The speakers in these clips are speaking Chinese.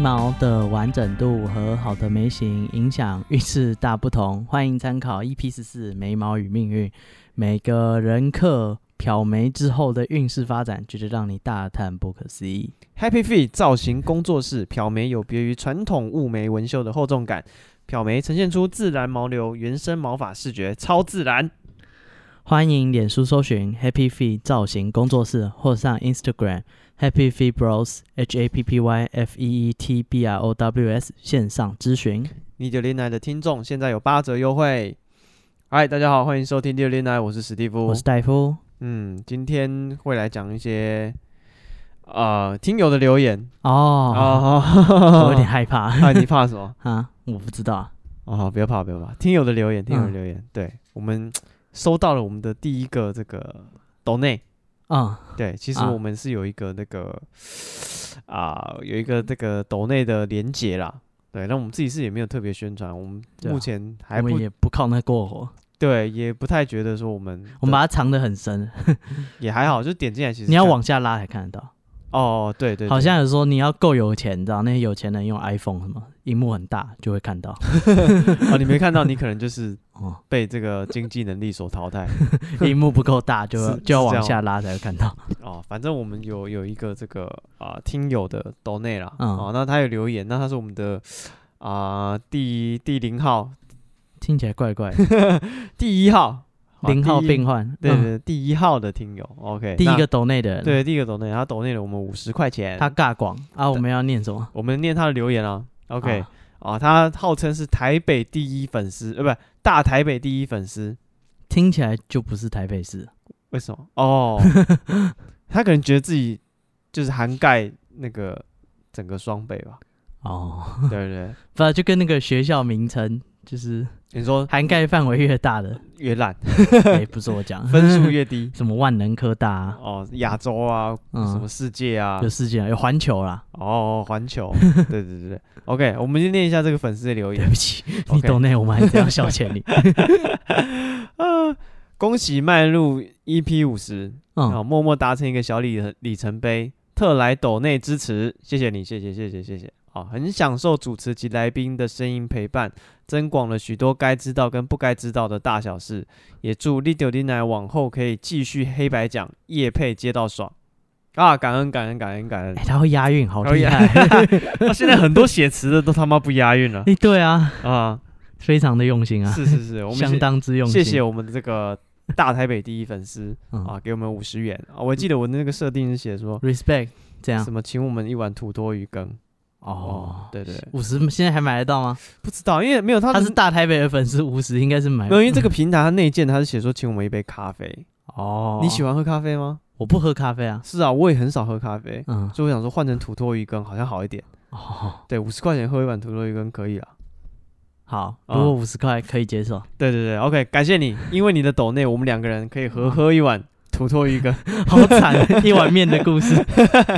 毛的完整度和好的眉形影响运势大不同，欢迎参考 EP 十四《眉毛与命运》。每个人课漂眉之后的运势发展，绝对让你大叹不可思议。 Happy Feet 造型工作室漂眉有别于传统雾眉纹绣的厚重感，漂眉呈现出自然毛流、原生毛发视觉，超自然。欢迎脸书搜寻 Happy Feet 造型工作室，或上 Instagram Happy Feet Bros H A P P Y F E E T B R O W S 线上咨询。你的恋爱的听众现在有八折优惠。嗨，大家好，欢迎收听《第二恋爱》，我是史蒂夫我。是戴夫嗯，今天会来讲一些呃听友的留言哦，我有点哦，害怕啊，你怕什么？啊，我不知道啊。哦，不要怕，不要怕，听友的留言，听友的嗯留言，对我们收到了我们的第一个这个抖内，嗯，对，其实啊我们是有一个那个啊、有一个这个抖内的连接啦。对，那我们自己是也没有特别宣传，我们对啊目前我还不们也不靠那过火，对，也不太觉得说我们我们把它藏得很深，也还好，就点进来其实你要看往下拉才看得到。哦，对对好对像有说你要够有钱，你知道那些有钱人用 iPhone 什么，荧幕很大就会看 到。哦，你没看到，你可能就是 哦，被这个经济能力所淘汰荧幕不够大就要是就要是这往样下拉才会看到。哦。反正我们有有一个这个啊、听友的抖内啦，嗯哦，那他有留言，那他是我们的啊、第第零号、 听起来怪怪的，第一号、啊零号第一病患，对嗯对，对第一号的听友，OK，第一那个抖内的人，，对第一个抖内，他抖内了我们五十块钱，他尬广啊，我们要念什么我们念他的留言啊，OK 啊啊，他号称是台北第一粉丝，呃，不，大台北第一粉丝，听起来就不是台北市为什么？ 哦，他可能觉得自己就是涵盖那个整个双北吧，哦， 对不对？不就跟那个学校名称就是你说涵盖范围越大 的，越烂，哎，不是我讲，，分数越低 什么万能科大啊，哦，亚洲啊，什么嗯，世界啊有，事件有环球啦，哦，环球，对对对对，OK，我们就念一下这个粉丝的留言对。不起， 你 OK 抖内我们还是要消 遣你，恭喜迈入 EP 五十、啊，嗯，默默达成一个小里里程碑，特来抖内支持，谢谢你，谢谢，谢谢，谢谢。啊，很享受主持及来宾的声音陪伴，增广了许多该知道跟不该知道的大小事。也祝 Little d i n 往后可以继续黑白讲，夜配接到爽啊！感恩感恩感恩感恩哎，！他会押韵，好他会厉押害， 啊现在很多写词的都他妈不押韵了 哎，对啊， 啊！非常的用心啊，是是是，我们相谢当之用心，谢谢我们的这个大台北第一粉丝。嗯啊，给我们五十元啊！我记得我那个设定是写说，respect，这样什么，请我们一碗土托鱼羹。嗯哦，对对对五十现在还买得到吗？不知道，因为没有他他的是大台北的粉丝，五十应该是买没有，因为这个平台它内建它是写说请我们一杯咖啡。哦，你喜？欢喝咖啡吗？我不喝咖啡啊，是啊，我也很少喝咖啡，嗯，所以我想说换成土托鱼羹好像好一点。哦，对，五十块钱喝一碗土托鱼羹可以了。好，如啊果五十块可以接受，对对对，OK，感谢你，因为你的抖内，我们两个人可以嗯合喝一碗土托鱼羹，好惨，一碗面的故事，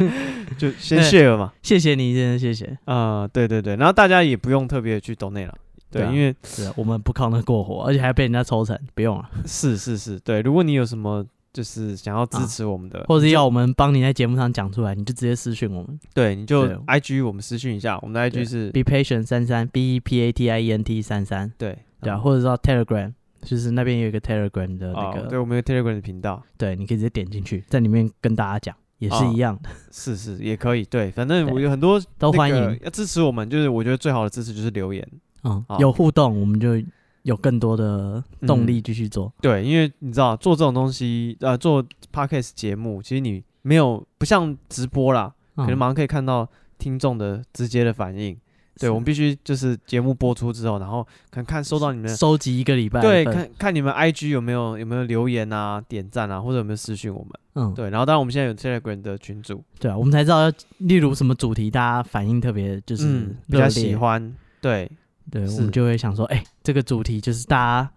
就先 share 嘛。谢谢你，真的谢谢，啊、对对对，然后大家也不用特别去抖内了。对，对啊因为是啊我们不靠那过火，而且还被人家抽成，不用了，是是是，对，如果你有什么就是想要支啊持我们的，或者是要我们帮你在节目上讲出来，你就直接私讯我们对，你就对 IG 我们私讯一下，我们的对 IG 是，be patient 三三 b e p a t i e n t 三三，对对啊，嗯或者是到 Telegram，就是那边有一个 Telegram 的那哦个对，我们有 Telegram 的频道，对，你可以直接点进去，在里面跟大家讲，也哦是一样的，是是也可以，对，反正对我有很多都欢那个迎。要支持我们，就是我觉得最好的支持就是留言，嗯好，有互动，我们就有更多的动力哦嗯继续做。对，因为你知道做这种东西，呃，做 podcast 节目，其实你没有不像直播啦，可可能马上可以看到听众的直接的反应，对我们必须就是节目播出之后，然后看看收到你们的收集一个礼拜对，的份，看看你们 IG 有没有有没有留言啊、点赞啊，或者有没有私讯我们。嗯，对，然后当然我们现在有 Telegram 的群组，对啊，我们才知道，例如什么主题大家反应特别就是嗯，比热较烈喜，欢。对，对是我们就会想说，哎，这个主题就是大家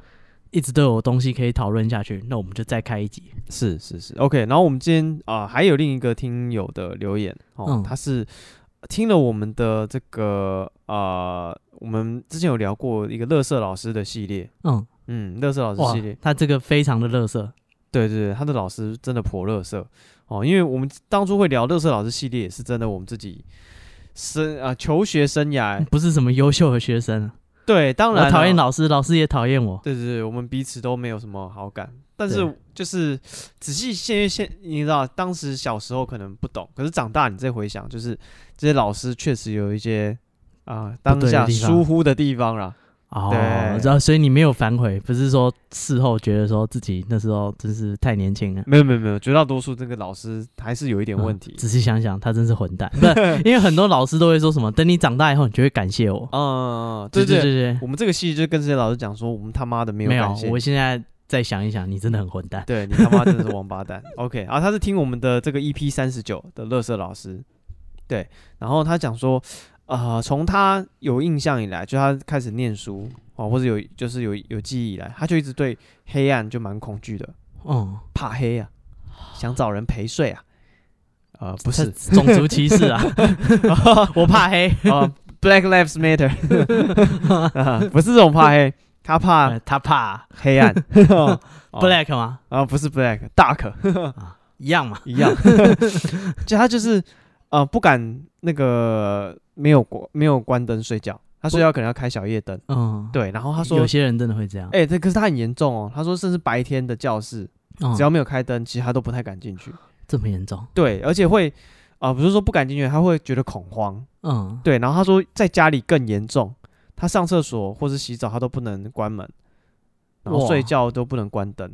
一直都有东西可以讨论下去，那我们就再开一集。是是是，OK。然后我们今天啊、还有另一个听友的留言哦，嗯他是听了我们的这个呃，我们之前有聊过一个乐色老师的系列，嗯，嗯，乐色老师哇系列，，他这个非常的乐色，对对对，他的老师真的颇乐色哦，因为我们当初会聊乐色老师系列，也是真的我们自己生啊、求学生涯、不是什么优秀的学生啊，对，当然我讨厌了老师，老师也讨厌我。对对对，我们彼此都没有什么好感，但是对就是仔细现现，你知道，当时小时候可能不懂，可是长大你再回想，就是这些老师确实有一些啊、不当对的下地方疏忽的地方啦。哦对，然后所以你没有反悔，不是说事后觉得说自己那时候真是太年轻了。没有没有没有，绝大多数这个老师还是有一点问题嗯。仔细想想，他真是混蛋。 不是，因为很多老师都会说什么，等你长大以后，你就会感谢我。嗯，对对对对对，我们这个戏就跟这些老师讲说，我们他妈的没有没有感谢，我现在再想一想，你真的很混蛋。对你他妈真的是王八蛋。OK，啊，他是听我们的这个 EP 三十九的乐色老师，对，然后他讲说，呃，从他有印象以来，就他开始念书哦，或者有就是有有记忆以来，他就一直对黑暗就蛮恐惧的，嗯，怕黑啊，想找人陪睡啊，呃，不不是种族歧视 啊，我怕黑。哦 Black Lives Matter，啊不是这种怕黑，啊他怕呃他怕 黑暗哦哦 black 吗？啊，不是 Black Dark 一样嘛。一 样，就他就是呃不敢那个没有关没有关灯睡觉，他睡觉可能要开小夜灯。嗯，。对，然后他说有，些人真的会这样，哎、这可是他很严重哦。他说，甚至白天的教室嗯只要没有开灯，其实他都不太敢进去。这么严重，对，而且会啊、不是说不敢进去，他会觉得恐慌。嗯，对，然后他说在家里更严重，他上厕所或是洗澡他都不能关门，然后哇睡觉都不能关灯。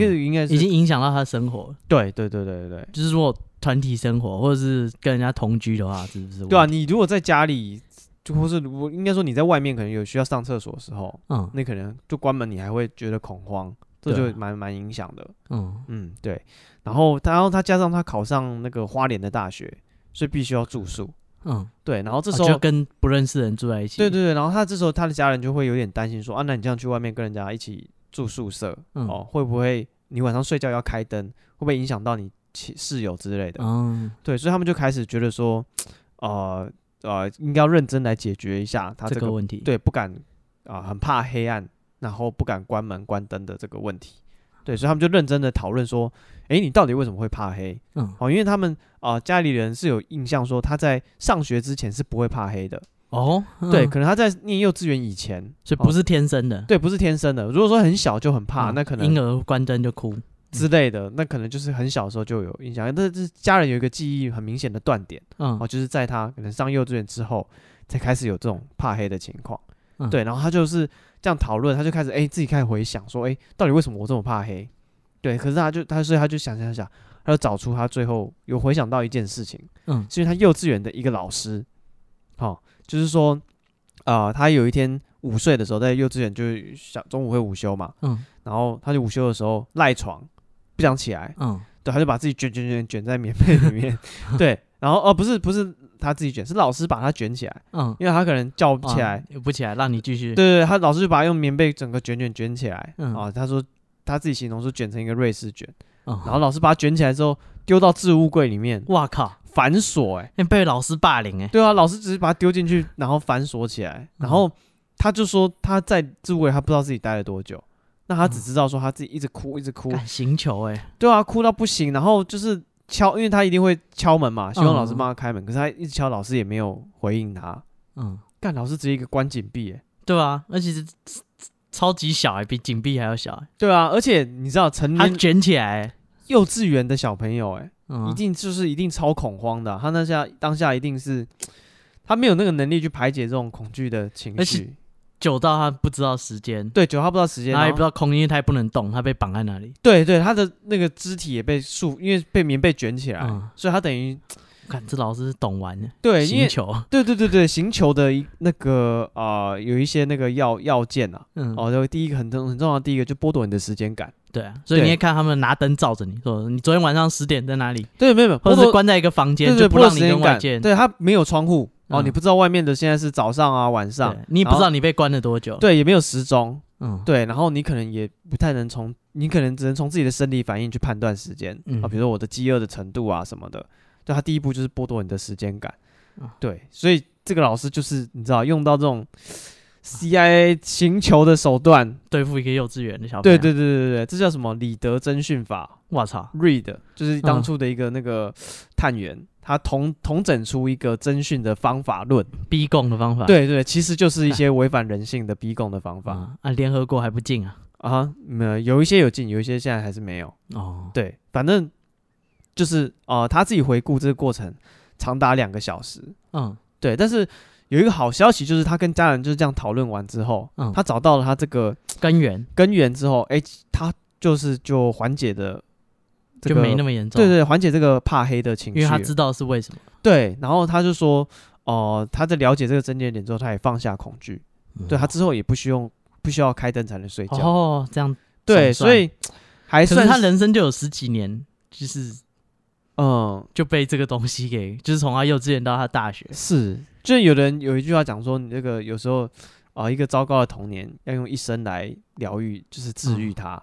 嗯是应该是、已经影响到他的生活了，对对对对对对。就是如果团体生活或者是跟人家同居的话，是不是？对啊，，你如果在家里，就或是如果应该说你在外面可能有需要上厕所的时候，嗯那可能就关门，你还会觉得恐慌，这对啊就蛮蛮影响的。嗯，嗯，对。然后他，然后他加上他考上那个花莲的大学，所以必须要住宿。嗯，对，然后这哦时候，就跟不认识的人住在一起，对对，对，然后他这时候他的家人就会有点担心说啊，那你这样去外面跟人家一起住宿舍，嗯哦，会不会你晚上睡觉要开灯，会不会影响到你其室友之类的？嗯，对，所以他们就开始觉得说，呃呃，应该要认真来解决一下他这这个个问题，，对不敢啊、很怕黑暗，然后不敢关门关灯的这个问题。对，所以他们就认真的讨论说，诶，你到底为什么会怕黑？嗯，哦，因为他们啊、家里人是有印象说他在上学之前是不会怕黑的，哦，对，嗯可能他在念幼稚园以前，所以不哦是天生的，对，不是天生的。如果说很小就很怕，嗯那可能婴儿关灯就哭，之类的，那可能就是很小的时候就有印象，但是家人有一个记忆很明显的断点。嗯哦，，就是在他可能上幼稚园之后，才开始有这种怕黑的情况。嗯对，然后他就是这样讨论，他就开始哎、自己开始回想说，哎、到底为什么我这么怕黑？对，可是他就他所以他就想想想，他就找出他最后有回想到一件事情，嗯是因为他幼稚园的一个老师，哦，就是说，啊，他有一天午睡的时候，在幼稚园就是小中午会午休嘛，嗯然后他就午休的时候赖床，不想起来，嗯，对，他就把自己卷卷卷卷在棉被里 面，对，然后哦不是不是他自己卷，是老师把他卷起来，嗯，因为他可能叫不起来，啊，不起来，让你继续，对对对，他老师就把他用棉被整个卷卷卷起来，嗯啊，他说他自己形容是卷成一个瑞士卷，嗯，然后老师把他卷起来之后丢到置物柜里面哇靠，反锁、欸，哎，那被老师霸凌哎，对啊，老师只是把他丢进去，然后反锁起来，嗯然后他就说他在置物柜他不知道自己待了多久，那他嗯只知道说他自己一直哭一直哭，敢行球哎，对啊，哭到不行，然后就是敲，因为他一定会敲门嘛，希望老师嗯帮他开门，可是他一直敲，老师也没有回应他。嗯，干，老师直接一个关紧闭，哎，对啊，而且是超级小哎，比紧闭还要小哎，对啊，而且你知道成他年卷起来欸，幼稚园的小朋友，哎，嗯一定就是一定超恐慌的啊、他那下当下一定是他没有那个能力去排解这种恐惧的情而绪且，久到他不知道时间，对，久他不知道时间，然后也然不后知道空间，因为他也不能动，他被绑在那里。对对，他的那个肢体也被束，因为被棉被卷起来，嗯所以他等于看这老师懂玩的，对，因为星球，对对对对，行球的一那个啊、呃有一些那个要要件啊，嗯，哦，就第一个很重很重要的第一个就剥夺你的时间感。对啊，所以对你也看他们拿灯照着你说，你昨天晚上十点在哪里，对，没有没有，或剥者是夺关在一个房对间对就剥不夺让时你跟间外感，界，对它没有窗户哦，嗯你不知道外面的现在是早上啊晚上，对你也不知然道后你被关了多久，，对，也没有时钟，嗯，对，然后你可能也不太能从，你可能只能从自己的生理反应去判断时间嗯啊，比如说我的饥饿的程度啊什么的，对，它第一步就是剥夺你的时间感啊，对，所以这个老师就是你知道用到这种 CIA 行球的手段。对付一个幼稚园的小朋友。对对对对对，这叫什么？里德侦讯法我操， （Read），就是当嗯初的一个那个探员，他统统整出一个侦讯的方法论。逼供的方法。对对，其实就是一些违反人性的逼供的方法啊啊，联合国还不进啊？啊。没有一些有进，有一些现在还是没有。哦，对，反正就是呃，他自己回顾这个过程长达两个小时。嗯对，但是有一个好消息就是，他跟家人就是这样讨论完之后，嗯他找到了他这个根源根源之后，哎、他就是就缓解的、这就个，没那么严重。对对，缓解这个怕黑的情绪，因为他知道是为什么。对，然后他就说，哦、他在了解这个症结点之后，他也放下恐惧，对他之后也不需用不需要开灯才能睡觉，哦，这样对，算所以还可是哎算他是人生就有十几年，就是嗯就被这个东西给， 就是从他幼稚园到他大学，是，就是有人有一句话讲说，你这个有时候啊、一个糟糕的童年要用一生来疗愈，就是治愈嗯它。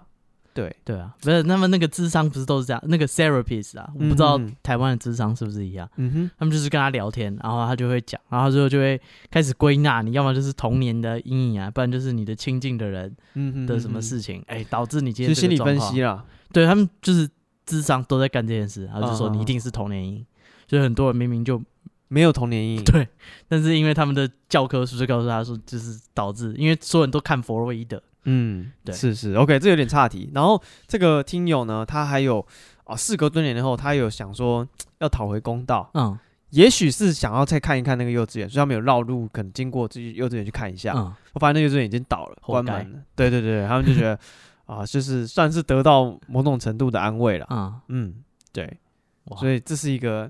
对，对啊，不是他们那个智商不是都是这样，那个 therapist 啊，我不知道嗯嗯台湾的智商是不是一样，嗯哼，他们就是跟他聊天，然后他就会讲，然后他最后就会开始归纳，你要么就是童年的阴影啊，不然就是你的亲近的人嗯哼的什么嗯哼事情，哎、导致你今就天这是心个理分状况析啊啦。对他们就是智商都在干这件事，然后就说嗯嗯嗯你一定是童年阴影，所以很多人明明就 没有童年阴影，对，但是因为他们的教科书就告诉他说，就是导致，因为所有人都看弗洛伊德，嗯，对是是，OK，这有点岔题。然后这个听友呢，他还有啊，事隔多年后，他有想说要讨回公道，嗯也许是想要再看一看那个幼稚园，所以他们有绕路，可能经过自己幼稚园去看一下。嗯，我发现那幼稚园已经倒了，活关该门了。对对对，他们就觉 得啊，就是算是得到某种程度的安慰了。啊、嗯，对，哇所以这是一个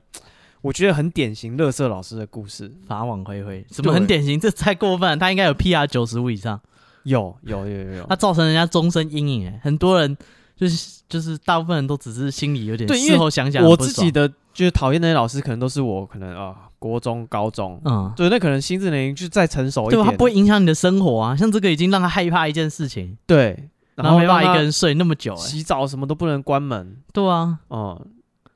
我觉得很典型乐色老师的故事。法网恢恢，怎么对很典型？这太过分了，他应该有 PR 九十五以上，有有有有有 他，造成人家终身阴影、哎，很多人就是就是大部分人都只是心里有点，对因为事后想想我很不自己爽，的就是讨厌那些老师，可能都是我可能啊、国中、高中，嗯，对，那可能心智年龄就再成熟一对点，吧？他不会影响你的生活啊，像这个已经让他害怕一件事情，对，然后没办法让一他个人睡那么久、哎，洗澡什么都不能关门，对啊，嗯，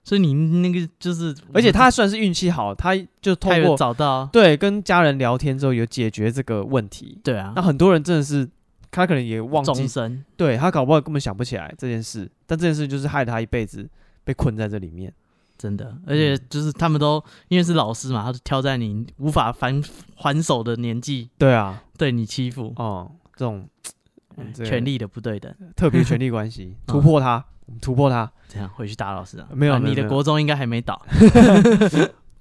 所以你那个就是，而且他算是运气好，他就嗯他通有过找到，对跟家人聊天之后有解决这个问题，对啊那，很多人真的是他可能也忘终记，身。对他搞不好根本想不起来这件事，但这件事就是害他一辈子被困在这里面，真的，而且就是他们都因为是老师嘛，他就挑在你无法反还手的年纪对啊，对你欺负，嗯，这种嗯这个权力嗯的不对等，特别权力关系，突破它，我们突破它。这样回去打老师啊？没有啊没有你没的有国中应该还没倒，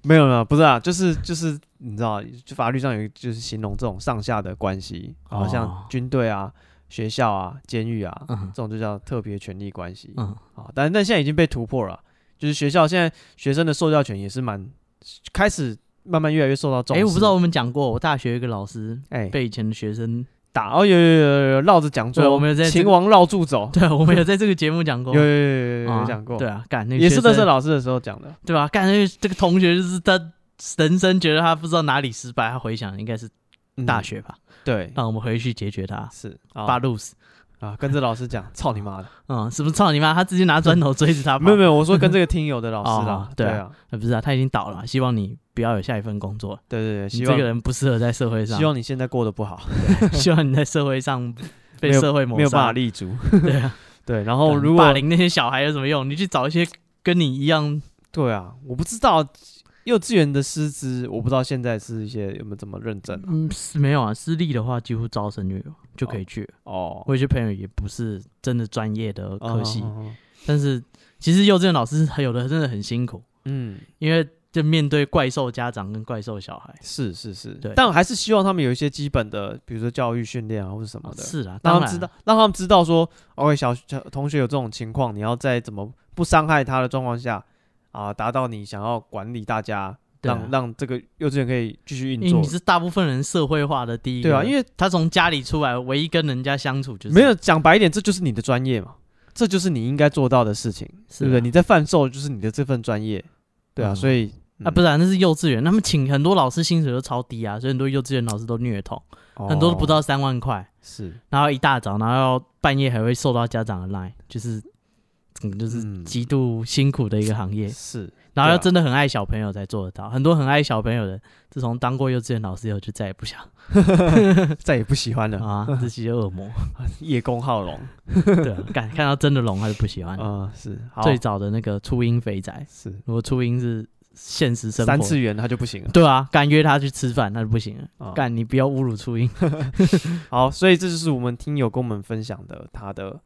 没有了，不是啊，就是就是，你知道，就法律上有一就是形容这种上下的关系，好、哦像军队啊、学校啊、监狱啊，嗯这种就叫特别权利关系啊、嗯，但但现在已经被突破了，啊就是学校现在学生的受教权也是蛮开始慢慢越来越受到重哎、视。我不知道我们讲过，我大学有一个老师哎、被以前的学 生，打哦，有有有有有绕着讲对座，我们有在这秦个王绕柱 走，对啊我们有在这个节目讲过，啊有有有有有啊有讲过，对啊，干那个也是学乐生色老师的时候讲的，对吧？啊干那个这个同学就是他人生觉得他不知道哪里失败，他回想应该是嗯大学吧，对让我们回去解决他。是巴啊路斯，啊，跟着老师讲，操你妈的。嗯，是不是操你妈？他直接拿砖头追着他跑，没有没有，我说跟 这个听友的老师啦哦，对啊对啊啊，呃，不是啊，他已经倒了，希望你不要有下一份工作。对对对，你希这望个人不适合在社会上希，望你现在过得不好， 希望你在社会上被社会没抹有办法杀。立足。对啊，对，然后嗯哦如霸果凌那些小孩有什么用？你去找一些跟你一样，对啊，我不知道幼稚园的师资，我不知道现在是一些有没有这么认证嗯，是没有啊，私立的话几乎招生就有，就可以去。哦。我有些朋友也不是真的专业的科系，嗯，嗯嗯但是其实幼稚园老师很有的真的很辛苦，嗯，因为就面对怪兽家长跟怪兽小孩。是是是对，但我还是希望他们有一些基本的，比如说教育训练啊，或者什么啊的，是啊，让当他然们知道，让他们知道说，OK，小小同学有这种情况，你要在怎么不伤害他的状况下啊，达到你想要管理大家，对啊让让这个幼稚园可以继续运因为作你。是大部分人社会化的第一个，对啊，因为他从家里出来，唯一跟人家相处就是没有讲白一点，这就是你的专业嘛，这就是你应该做到的事情，是对不对？啊你在贩售就是你的这份专业，对啊，嗯所以啊，不是、啊，那是幼稚园，他们请很多老师薪水都超低啊，所以很多幼稚园老师都虐童，很多都不知道到三万块，哦是然后一大早，然后半夜还会受到家长的 line，就是嗯就是嗯极度辛苦的一个行业， 是，然后要对啊真的很爱小朋友才做得到。很多很爱小朋友的，自从当过幼稚园老师以后，就再也不想再也不喜欢了。 啊，自己的恶魔。叶公好龙，对啊，看看到真的龙，他就不喜欢了。嗯，是，好，最早的那个初音肥仔，是如果初音是现实生活，三次元他就不行了。对啊，敢约他去吃饭，那就不行了。啊干、你不要侮辱初音，好，所以这就是我们听友跟我们分享的他的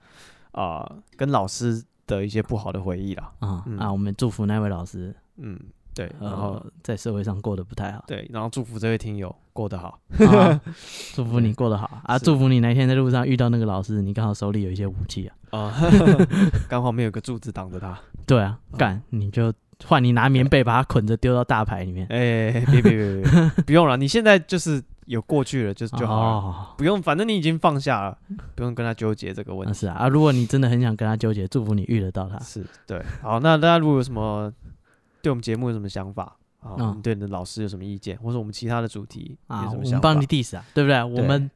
啊、跟老师的一些不好的回忆啦。啊、嗯啊！我们祝福那位老师，嗯，对，然后、呃，在社会上过得不太好，对，然后祝福这位听友过得好。啊 祝福你过得好啊！是祝福你哪一天在路上遇到那个老师，你刚好手里有一些武器啊。啊， 刚好没有个柱子挡着他。对啊，啊干、你就换你拿棉被把他捆着丢到大排里面哎、别别别别，别不用了，你现在就是有过去了，就就好了，哦，不用，反正你已经放下 了，不用跟他纠结这个问那题。是啊啊！如果你真的很想跟他纠结，祝福你遇得到他。是对，好，那大家如果有什么对我们节目有什么想法啊，嗯你对你的老师有什么意见，或者我们其他的主题有啊，什我么们想法？帮你 diss 啊，对不对？我对们，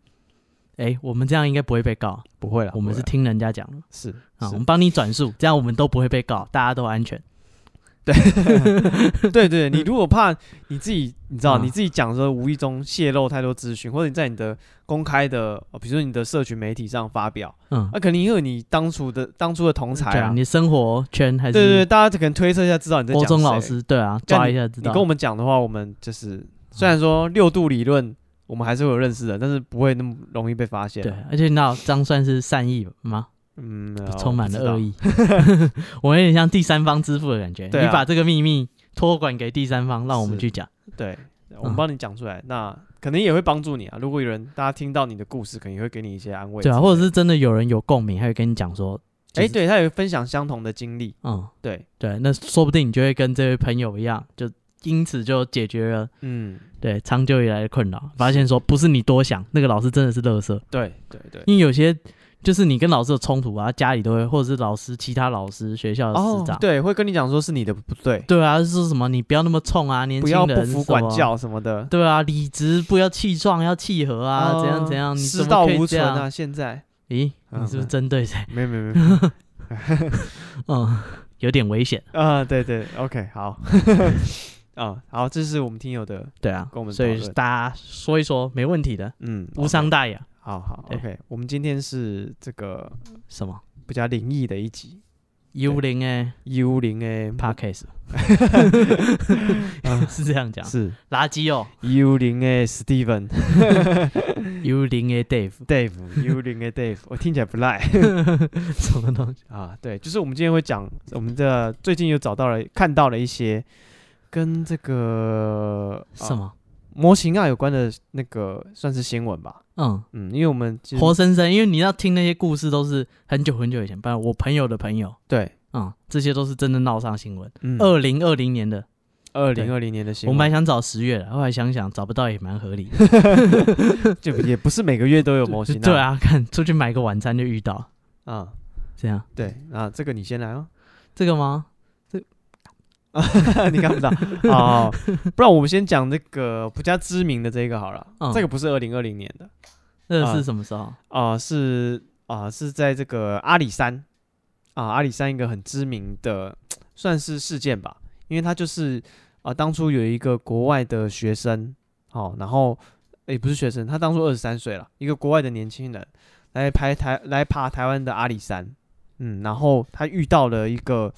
哎、我们这样应该不会被告，不会了，我们是不会啦听人家讲的是啊，我是们 帮你转述，这样我们都不会被告，大家都安全。 对对，你如果怕你自己，你知道、嗯你自己讲的时候无意中泄露太多资讯，或者你在你的公开的，呃比如说你的社群媒体上发表，啊嗯那、，肯定会有你当初的当初的同才对啊，啊，你生活圈还对对对，是大家可能推测一下知道你在国讲中老谁。师，对啊，干抓一下知你道嗯跟。我们讲的话，我们就是虽然说六度理论我们还是会有认识的，但是不会那么容易被发现。对，，而且你知道这样算是善意吗？嗯，充满了恶意。意， 我有点像第三方支付的感觉。对啊你把这个秘密托管给第三方，让我们是去讲。对，嗯我们帮你讲出来，那可能也会帮助你啊。如果有人大家听到你的故事，可能也会给你一些安慰之对类的。啊，或者是真的有人有共鸣，还会跟你讲说，就哎、是对他有分享相同的经历，嗯，对，对，那说不定你就会跟这位朋友一样，就因此就解决了嗯，对长久以来的困扰。发现说不是你多想，那个老师真的是乐色，对对对，因为有些就是你跟老师有冲突啊，家里都会，或者是老师、其他老师、学校的师长，哦对，会跟你讲说是你的不对，对啊，就是说什么你不要那么冲啊，年不轻要人不服管什么。教什么的对啊，理直不要气壮，要气和啊，怎样怎样，你师怎哦道么可以无这存样？啊！现在咦，嗯你是不是针对谁？没有没有没有嗯，有点危险。啊，对对，OK，好， 啊，好，这是我们听友的，对啊跟我，们所讨以论大家说一说，没问题的， 嗯，哦无伤 OK，大雅。好好对，OK，我们今天是这个什么比较灵异的一集，幽灵哎幽灵哎， ，Parkes，是这样讲，是垃圾哦，幽灵哎，Steven 幽灵哎，Dave， Dave，幽灵哎，Dave，我听起来不 赖。什么东西？啊，对，就是我们今天会讲我们的最近又找到了看到了一些跟这个、啊什么？模型啊有关的那个算是新闻吧，嗯，嗯，因为我们其实活生生，因为你要听那些故事都是很久很久以前，不然我朋友的朋友，对，嗯，这些都是真的闹上新闻。嗯，二零二零年的，二零二零年的新我们还闻，想找十月的，后来想想找不到也蛮合理的。就也不是每个月都 有模型、啊，对，啊，看出去买个晚餐就遇到，啊、这样对，啊，这个你先 来哦，这个吗？你看不到哦，不然我们先讲那个比较知名的这个好了，嗯这个不是二零二零年的这个啊是什么时候？啊、是啊、是在这个阿里山啊、阿里山一个很知名的算是事件吧，因为它就是啊、当初有一个国外的学生，哦，然后也、不是学生，他当初二十三岁了，一个国外的年轻人来拍台来爬台湾的阿里山，嗯，然后他遇到了一个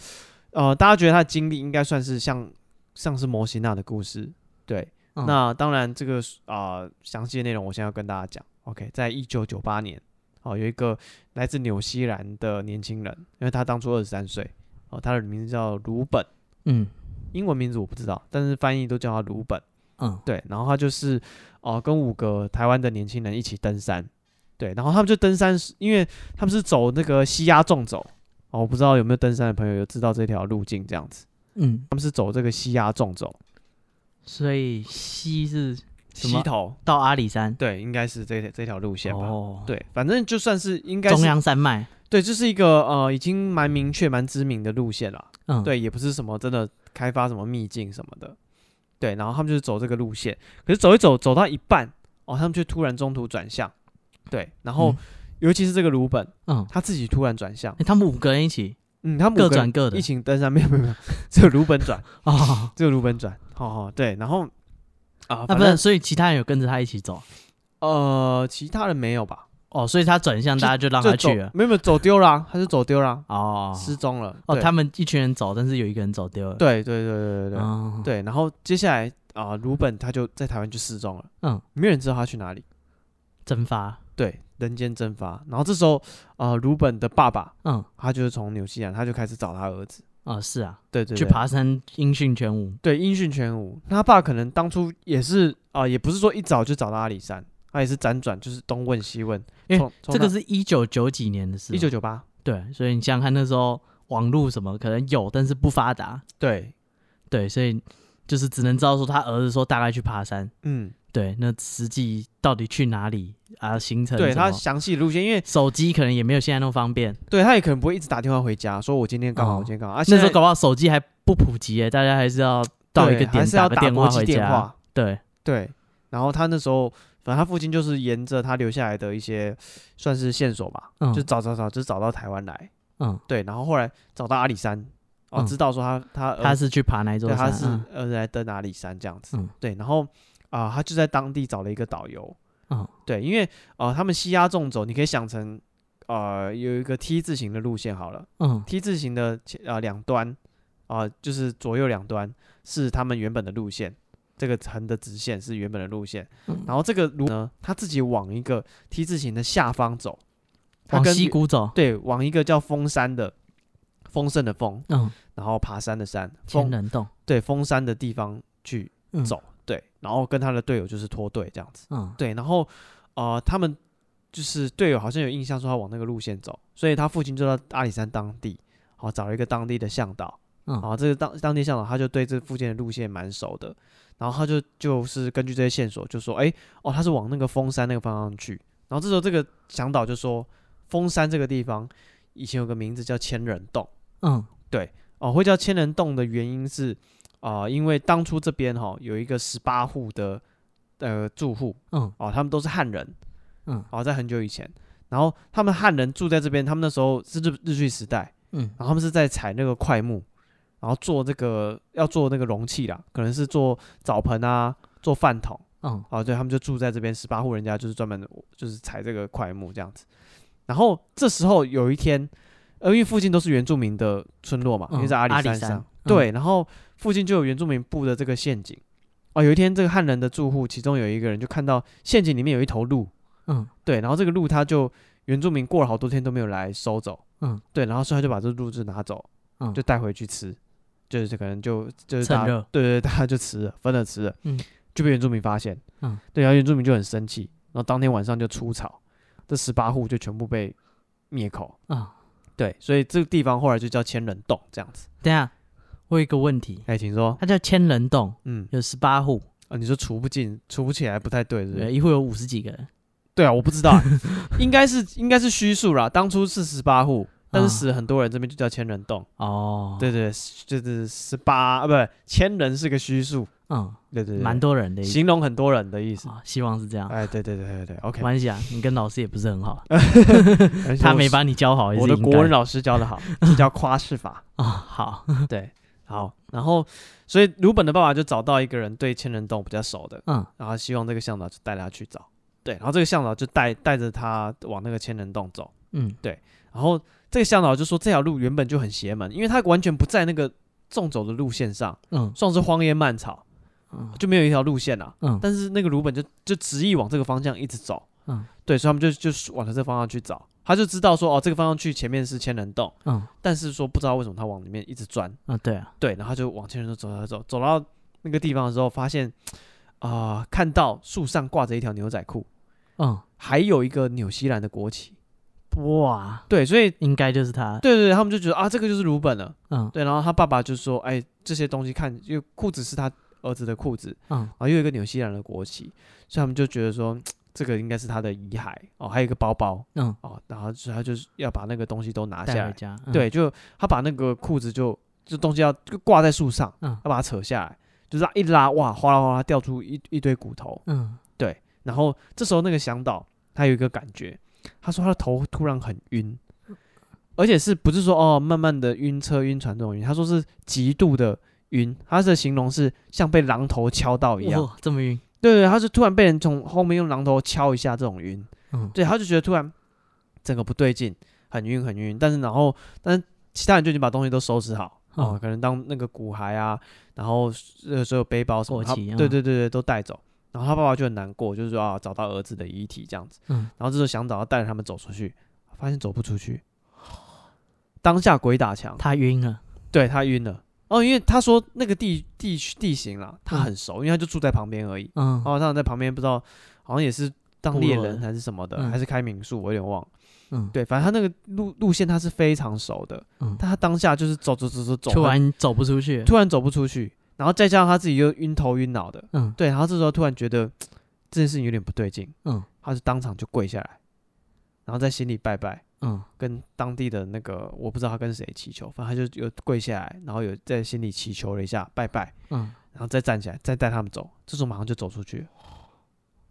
呃，大家觉得他的经历应该算是像像是摩西娜的故事，对，嗯那当然，这个啊、呃详细的内容我现在要跟大家讲。OK，在一九九八年，哦，有一个来自纽西兰的年轻人，因为他当初二十三岁，哦，他的名字叫鲁本，嗯英文名字我不知道，但是翻译都叫他鲁本。嗯对，然后他就是哦、跟五个台湾的年轻人一起登山，对，然后他们就登山是，因为他们是走那个西压纵走，哦，我不知道有没有登山的朋友有知道这条路径这样子，嗯，他们是走这个西压纵走，所以西是什么西头，到阿里山对，应该是这这条路线吧。哦，对，反正就算是应该中是央山脉，对，这是一个呃已经蛮明确、蛮知名的路线啦。嗯，对，也不是什么真的开发什么秘境什么的。对，然后他们就是走这个路线，可是走一走，走到一半哦，他们却突然中途转向。对，然后、嗯尤其是这个鲁本，嗯，他自己突然转向，欸他们五个人一起，嗯，他们各五个转各的一起登山，没有没有没有，只有鲁本转，哦，只有鲁本转。哦，对，然后啊，那反不正是，所以其他人有跟着他一起走呃，其他人没有吧？哦，所以他转向大家就让就他走去了没有没有走丢啦，他是走丢啦，哦，失踪了。哦，对他们一群人走，但是有一个人走丢了，对对对对对对哦，对，然后接下来啊，鲁本他就在台湾就失踪了，嗯，没有人知道他去哪里。蒸发，对，人间蒸发。然后这时候啊，鲁本的爸爸嗯，他就是从纽西兰，他就开始找他儿子。哦，是啊，对对去对爬山音讯全无，对，音讯全无。那他爸可能当初也是啊、也不是说一早就找到阿里山，他也是辗转，就是东问西问。因为从这个是一九九几年的事嘛，哦一九九八，对，所以你想想看那时候网络什么可能有，但是不发达，对，对，所以就是只能知道说他儿子说大概去爬山，嗯，对，那实际到底去哪里啊？行程对什么他详细的路线，因为手机可能也没有现在那么方便，对他也可能不会一直打电话回家，说我今天刚好，哦我今天刚好。啊，那时现候在搞不好手机还不普及耶，大家还是要到一个对还点是要个打电国话际回电家，话，对，对。然后他那时候，反正他父亲就是沿着他留下来的一些算是线索吧，嗯就找找找，就找到台湾来。嗯，对，然后后来找到阿里山，哦，嗯知道说他他儿他是去爬哪一座呃对，他山？是嗯呃来登阿里山这样子，嗯对，然后啊、他就在当地找了一个导游，嗯对，因为呃他们西压纵走，你可以想成呃有一个 T 字形的路线好了嗯，T 字形的前呃两端啊、就是左右两端是他们原本的路线，这个横的直线是原本的路线，嗯然后这个路呢，他自己往一个 T 字形的下方走，他往跟溪谷走，对往一个叫峰山的丰盛的峰，嗯，然后爬山的山，千峰人洞，对封山的地方去嗯走，对，然后跟他的队友就是脱队这样子，嗯对，然后呃，他们就是队友好像有印象说他往那个路线走，所以他父亲就到阿里山当地，好、找了一个当地的向导，嗯然哦后这个当当地向导他就对这附近的路线蛮熟的，然后他就就是根据这些线索就说，哎、哦，他是往那个峰山那个方向去，然后这时候这个向导就说，峰山这个地方以前有个名字叫千人洞。嗯哦，会叫千人洞的原因是，啊、因为当初这边哈、有一个十八户的呃住户嗯哦，他们都是汉人嗯哦，在很久以前，然后他们汉人住在这边，他们那时候是日日据时代，嗯然后他们是在采那个块木，然后做这个要做那个容器啦，可能是做澡盆啊，做饭桶嗯哦，对他们就住在这边，十八户人家就是专门就是采这个块木这样子，然后这时候有一天。呃，因为附近都是原住民的村落嘛，因为嗯在阿阿里里山山上，嗯对，然后附近就有原住民布的这个陷阱。哦，有一天这个汉人的住户，其中有一个人就看到陷阱里面有一头鹿，嗯对，然后这个鹿他就原住民过了好多天都没有来收走，嗯，对，然后所以他就把这鹿就拿走，嗯就带回去吃，就是可能就就是趁大家热对对，大家就吃了，分了吃了，嗯，就被原住民发现，嗯，对，然后原住民就很生气，然后当天晚上就出草，这十八户就全部被灭口，嗯，对，所以这个地方后来就叫千人洞这样子。等一下我有一个问题，哎，请说，它叫千人洞，嗯，有十八户，啊，你说除不进，除不起来不太对，对不对，对？一户有五十几个人，对啊，我不知道 欸，应该是应该是虚数啦。当初是十八户，但是啊死很多人，这边就叫千人洞。哦，，对对，就是十八啊，不对，千人是个虚数。嗯，对对对，蛮多人的意思形容很多人的意思。啊，希望是这样。哎，对对对对对，OK 没。关系啊，你跟老师也不是很好，而且他我没是把你教好也是我的应国该文老师教的好，这叫夸饰法。啊、好，对， 好，然后所以鲁本的爸爸就找到一个人对千人洞比较熟的，嗯然后希望这个向导就带他去找。对，然后这个向导就带带着他往那个千人洞走。嗯然后这个向导就说这条路原本就很邪门，因为它完全不在那个纵走的路线上，嗯算是荒烟蔓草，嗯就没有一条路线啊。嗯但是那个鲁本就就执意往这个方向一直走，嗯对，所以他们就就往着这个方向去找。他就知道说哦，这个方向去前面是千人洞，嗯但是说不知道为什么他往里面一直钻，啊，对啊，对，然后他就往前走走走走，走到那个地方的时候，发现啊、看到树上挂着一条牛仔裤，嗯还有一个纽西兰的国旗。哇，对，所以应该就是他，对对对，他们就觉得啊，这个就是鲁本了。嗯对，然后他爸爸就说，哎，这些东西看，因为裤子是他儿子的裤子，嗯啊然后又有一个纽西兰的国旗，所以他们就觉得说，这个应该是他的遗骸哦，还有一个包包嗯，哦，然后所以他就是要把那个东西都拿下带回来。家，嗯、对，就他把那个裤子就就东西要就挂在树上，嗯要把它扯下来，就是一拉，哇，哗啦哗啦掉出一一堆骨头。嗯对，然后这时候那个向导他有一个感觉，他说他的头突然很晕，而且是不是说哦慢慢的晕车晕船这种晕？他说是极度的晕，他的形容是像被榔头敲到一样。哇，这么晕，对对，他是突然被人从后面用榔头敲一下这种晕，嗯对，他就觉得突然整个不对劲，很晕很晕。但是然后，但是其他人就已经把东西都收拾好哦，哦可能当那个骨骸啊，然后呃所有背包什么，过他期对啊对对对都带走。然后他爸爸就很难过，就是说啊找到儿子的遗体这样子，嗯然后这时候想找他带着他们走出去，发现走不出去，当下鬼打墙，他晕了，对他晕了。哦，因为他说那个地地地形啦，他嗯很熟，因为他就住在旁边而已。嗯，哦，他们在旁边不知道，好像也是当部猎落人的还是什么的，嗯还是开民宿，我有点忘了。嗯，对，反正他那个路路线他是非常熟的，嗯但他当下就是走走走走走，突他然走不出去，突然走不出去，然后再加上他自己又晕头晕脑的，嗯对，然后这时候突然觉得这件事情有点不对劲，嗯他就当场就跪下来，然后在心里拜拜，嗯跟当地的那个我不知道他跟谁祈求，反正他就有跪下来，然后有在心里祈求了一下拜拜，嗯然后再站起来，再带他们走，这时候马上就走出去了。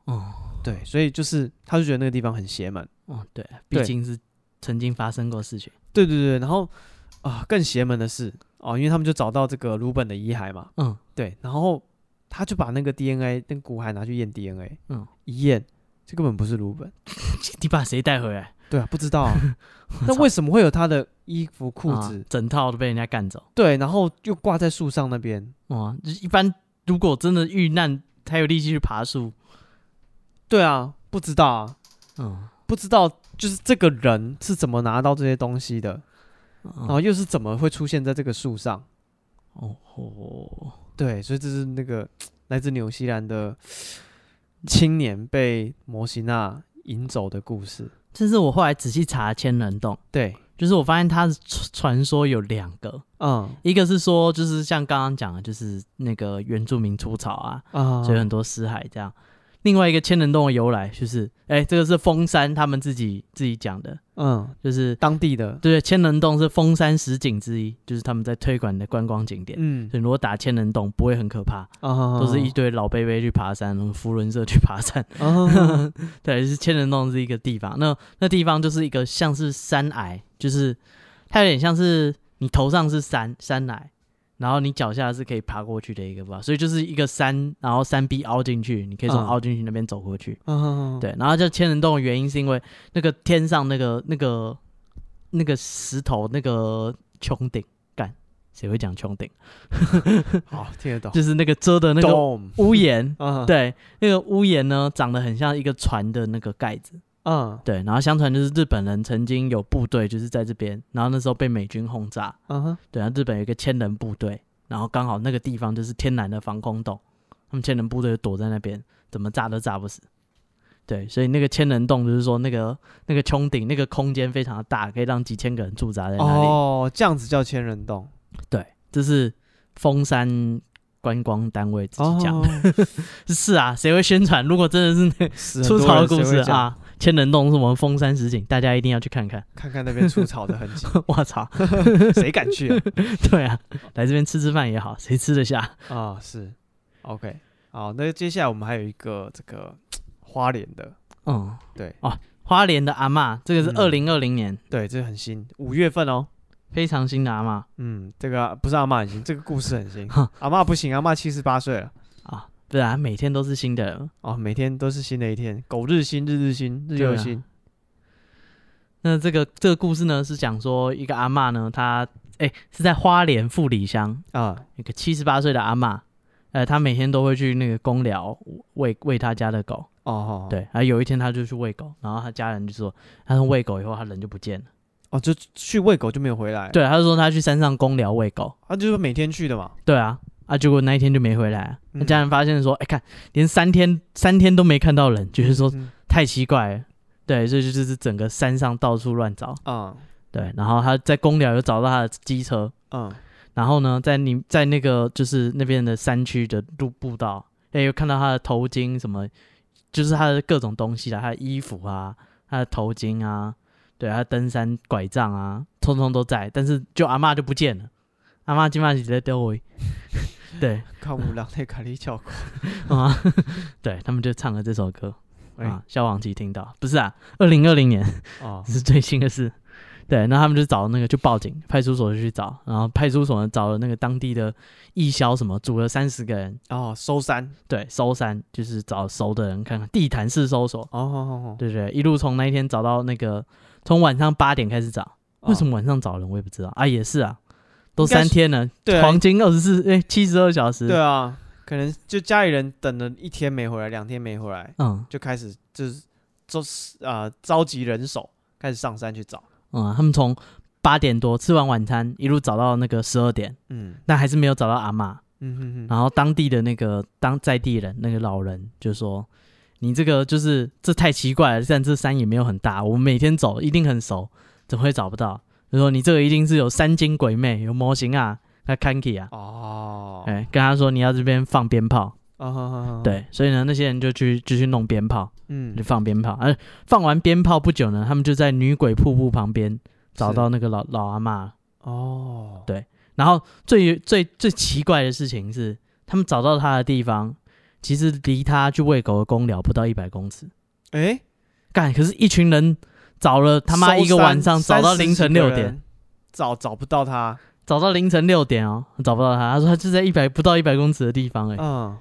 哦对，所以就是他就觉得那个地方很邪门。哦，对，毕竟是曾经发生过事情， 对对对，然后啊、更邪门的是哦，因为他们就找到这个鲁本的遗骸嘛，嗯对，然后他就把那个 DNA 那个骨骸拿去验 DNA，嗯，一验这根本不是鲁本，你把谁带回来？对啊，不知 道啊，那为什么会有他的衣服裤啊子？整套都被人家干走，对，然后又挂在树上那边，哇，就是一般如果真的遇难，才有力气去爬树，对啊，不知道啊，嗯，不知道就是这个人是怎么拿到这些东西的，嗯然后又是怎么会出现在这个树上？哦吼，对，所以这是那个来自纽西兰的青年被摩西纳引走的故事。这是我后来仔细查千人洞，对，就是我发现它的传传说有两个，嗯一个是说就是像刚刚讲的，就是那个原住民出草啊，啊，所以很多尸骸这样。另外一个千人洞的由来就是，哎、这个是峰山他们自己自己讲的，嗯，就是当地的，对千人洞是峰山十景之一，就是他们在推广的观光景点。嗯所以如果打千人洞不会很可怕，啊，都是一堆老贝贝去爬山，福伦社去爬山。 啊对，就是千人洞是一个地方，那那地方就是一个像是山崖，就是它有点像是你头上是山山崖，然后你脚下是可以爬过去的一个吧，所以就是一个山，然后山壁凹进去，你可以从嗯凹进去那边走过去。啊，对，然后叫千人洞的原因是因为那个天上那个那个那个石头那个穹顶，干谁会讲穹顶？好听得懂，就是那个遮的那个懂屋檐，啊，，对，那个屋檐呢长得很像一个船的那个盖子。嗯对，然后相传就是日本人曾经有部队就是在这边，然后那时候被美军轰炸，啊哈，对，然后日本有一个千人部队，然后刚好那个地方就是天然的防空洞，他们千人部队就躲在那边，怎么炸都炸不死。对，所以那个千人洞就是说那个那个穹顶那个空间非常的大，可以让几千个人驻扎在那里。哦，这样子叫千人洞，对，这是峰山观光单位自己讲的。哦， 是啊，谁会宣传？如果真的是那死很出多草的人故谁会事讲，啊，千人洞是我们峰山十景，大家一定要去看 看。看看那边出草的痕迹，我操！谁敢去啊？对啊，来这边吃吃饭也好，谁吃得下？啊，是，OK，好，那接下来我们还有一个这个花莲的，嗯，对花莲的阿嬷，这个是嗯二零二零年、对，这很新，五月份哦。非常新的阿嬷嗯，这个不是阿嬷很新，这个故事很新哼。阿嬷不行，阿嬷七十八岁了。啊，对啊，每天都是新的。哦，每天都是新的一天，狗日新，日日新，日对又啊新。那这个这个故事呢，是讲说一个阿嬷呢，她哎、是在花莲富里乡，啊一个七十八岁的阿嬷，呃，她每天都会去那个公寮喂喂她家的狗，哦哦，对，然后有一天她就去喂狗，然后她家人就说，她从喂狗以后，她人就不见了，哦，就去喂狗就没有回来。，对，她就说她去山上公寮喂狗，他就是每天去的嘛。对啊，啊，结果那一天就没回来、啊。那嗯家人发现说，哎、看连三天三天都没看到人，觉得说嗯太奇怪了。对，所以就就是整个山上到处乱找。啊对，然后他在公寮又找到他的机车，嗯然后呢，在你在那个就是那边的山区的路步道，哎、又看到他的头巾什么，就是他的各种东西啦，他的衣服啊，他的头巾啊，对，他的登山拐杖啊，通通都在，但是就阿嬷就不见了，阿嬷今晚直接丢回， 对。看五郎那卡里巧 克啊， 对他们就唱了这首歌哎啊啊，消防局听到不是啊，二零二零年哦是最新的事， 对，那他们就找那个就报警，派出所就去找，然后派出所呢找了那个当地的义消什么，组了三十个人，哦，收山，对，搜山就是找熟的人看看，地毯式搜索，哦，好好好，对对，一路从那一天找到那个，从晚上八点开始找，为什么？么晚上找人我也不知道啊，也是啊，都应该三是天了，对啊黄金二十四哎七十二小时，对啊，可能就家里人等了一天没回来，两天没回来，嗯就开始就是就是啊召集人手，开始上山去找。嗯，他们从八点多吃完晚餐，一路找到那个十二点，嗯但还是没有找到阿嬷。嗯哼哼，然后当地的那个当在地人那个老人就说：“你这个就是这太奇怪了，但这山也没有很大，我们每天走一定很熟，怎么会找不到？”就说：“你这个一定是有山精鬼魅，有模型啊，那 Kanki 啊，哦，哎、跟他说你要这边放鞭炮，啊哈哈哈，对，所以呢那些人就去就去弄鞭炮，嗯就，放鞭炮，而、放完鞭炮不久呢，他们就在女鬼瀑布旁边找是到那个老老阿嬷。哦，对然后最最最奇怪的事情是，他们找到他的地方，其实离他去喂狗的公寮不到一百公尺。哎，干，可是一群人找了他妈搜一个山晚上，找到凌晨六， 30几个点，人找找不到他，找到凌晨六点哦，找不到他。他说他就在一百不到一百公尺的地方哎、嗯，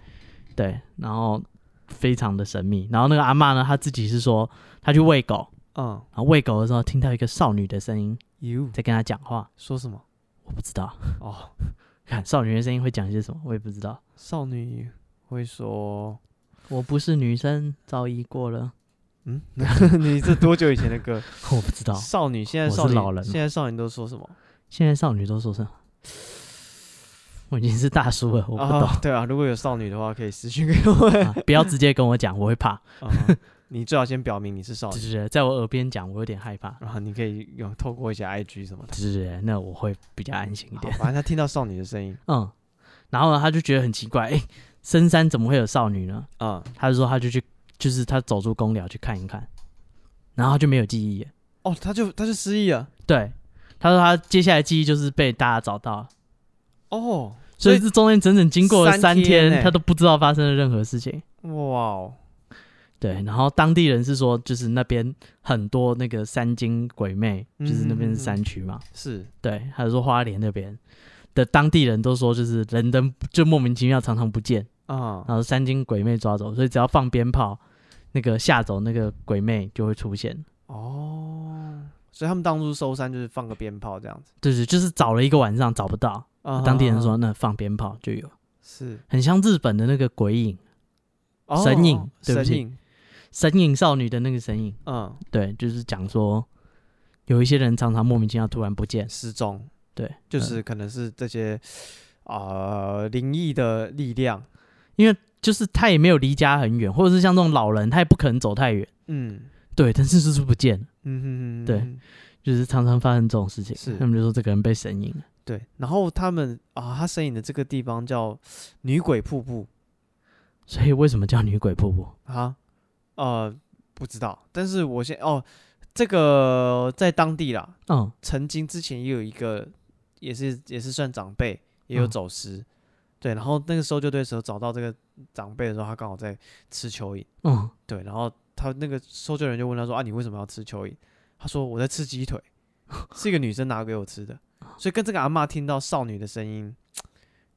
对，然后非常的神秘。然后那个阿嬷呢，她自己是说，她去喂狗，嗯然后喂狗的时候听到一个少女的声音，you 在跟她讲话，说什么？我不知道，哦，看少女的声音会讲些什么，我也不知道。少女会说， 我不是女生，早已过了，嗯，你这多久以前的歌？ 我不知道。少女现在哦我少是女老人现在少女都说什么？现在少女都说什么？我已经是大叔了，我不懂。啊 对啊，如果有少女的话，可以私信给我。 啊不要直接跟我讲，我会 怕。啊你最好先表明你是少对 女，对对，在我耳边讲，我有点害怕。然后你可以有透过一些 IG 什么的。对对对，那我会比较安心一好点。反正他听到少女的声音，嗯，然后呢，他就觉得很奇怪，哎，深山怎么会有少女呢？啊、他就说他就去，就是他走出公寮去看一看，然后他就没有记忆了。哦，他就他就失忆了，对，他说他接下来记忆就是被大家找到了，哦，所以所这中间整整经过了三三天欸他都不知道发生了任何事情。哇哦，对，然后当地人是说，就是那边很多那个山精鬼魅，就是那边是山区嘛。是对，还有说花莲那边的当地人都说，就是人灯就莫名其妙常常不见，啊、然后山精鬼魅抓走，所以只要放鞭炮，那个吓走那个鬼魅就会出现。哦，所以他们当初收山就是放个鞭炮这样子，对对，就是找了一个晚上找不到，啊当地人啊说那放鞭炮就有，是、很像日本的那个鬼影、哦神隐对不神起隐，神隐少女的那个神影。嗯，对，就是讲说有一些人常常莫名其妙突然不见。失踪，对，就嗯是可能是这些啊灵异的力量，就是他也没有离家很远，或者是像这种老人，他也不可能走太远。嗯对，但是就是不见了，嗯哼哼哼对哼就是常常发生这种事情。是他们就说这个人被神隐了。对，然后他们啊，他神隐的这个地方叫女鬼瀑布所以为什么叫女鬼瀑布？啊，呃，不知道，但是我现哦，这个在当地啦，嗯，曾经之前也有一个，也是也是算长辈，也有嗯走失，对，然后那个时候就对手找到这个长辈的时候，他刚好在吃蚯蚓，嗯，对，然后他那个搜救人就问他说啊，你为什么要吃蚯蚓？他说我在吃鸡腿， 是一个女生拿给我吃的，所以跟这个阿嬷听到少女的声音，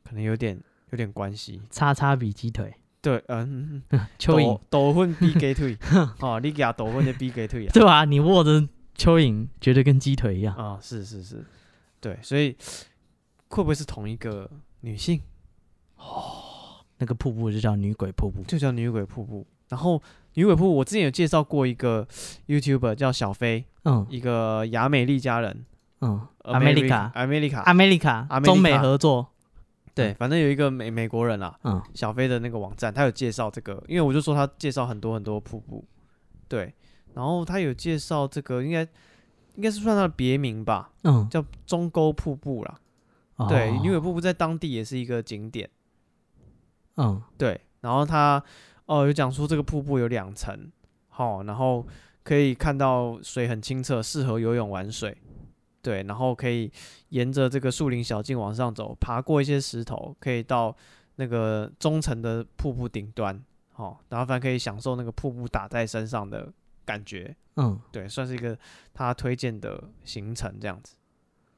可能有点有点关系。叉叉比鸡腿，对，嗯，蚯蚓，抖混逼鸡腿， 哦，你给他抖混就逼鸡 腿啊，对吧？你握着蚯蚓，觉得跟鸡腿一样。啊，是是是，对，所以会不会是同一个女性？那个瀑布就叫女鬼瀑布。就叫女鬼瀑布。然后女鬼瀑布，我之前有介绍过一个 YouTuber 叫小飞，嗯一个亚美利加人嗯 America- ，America， ，America， America， America 中美合作。啊对，嗯反正有一个美美国人啦、嗯小飞的那个网站，他有介绍这个，因为我就说他介绍很多很多瀑布，对，然后他有介绍这个，应该应该是算他的别名吧，嗯，叫中沟瀑布啦。哦对，女鬼瀑布在当地也是一个景点。嗯对，然后他哦有讲说这个瀑布有两层，好、然后可以看到水很清澈，适合游泳玩水。对，然后可以沿着这个树林小径往上走，爬过一些石头，可以到那个中层的瀑布顶端。好、然后反正可以享受那个瀑布打在身上的感觉，嗯，对，算是一个他推荐的行程这样子。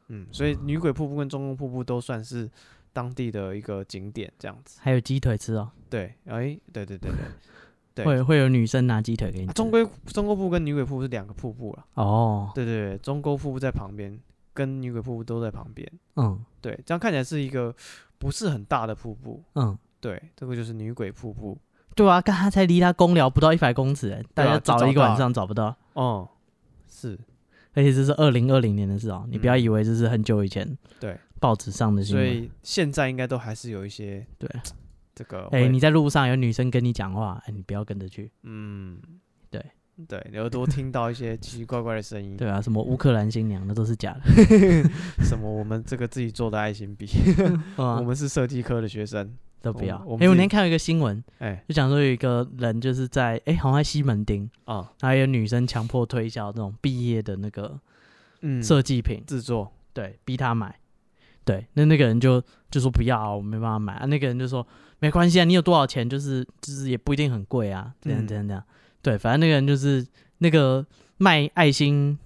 嗯，所以女鬼瀑布跟中宫瀑布都算是当地的一个景点这样子。还有鸡腿吃哦，对，哎、对对对对，对会会有女生拿鸡腿给你啊吃。中龟中沟瀑布跟女鬼瀑布是两个瀑布了。哦，对对对，中沟瀑布在旁边，跟女鬼瀑布都在旁边。嗯对，这样看起来是一个不是很大的瀑布。嗯，对，这个就是女鬼瀑布。对啊，刚他才离他公寮不到一百公尺欸，大对家啊就找了一个找到晚上找不到，哦、是，而且这是二零二零年的事哦，你不要以为这是很久以前嗯对，报纸上的新所闻。以现在应该都还是有一些对，这个哎、会你在路上有女生跟你讲话，哎、你不要跟着去。嗯，对对，你耳朵听到一些奇奇怪怪的声音，对啊，什么乌克兰新娘那都是 假的。什么我们这个自己做的爱 心笔，嗯我们是设计科的学生，都不要。我哎、我们为我自己那天看到一个新闻，哎就讲说有一个人就是在哎、好像在西门町，啊，然后有女生强迫推销那种毕业的那个嗯，设计品，制作，对，逼他买。对，那那个人就就说不要、啊，我没办法买啊。那个人就说没关系啊，你有多少钱，就是就是也不一定很贵啊，这样嗯这样这样。对，反正那个人就是那个卖爱心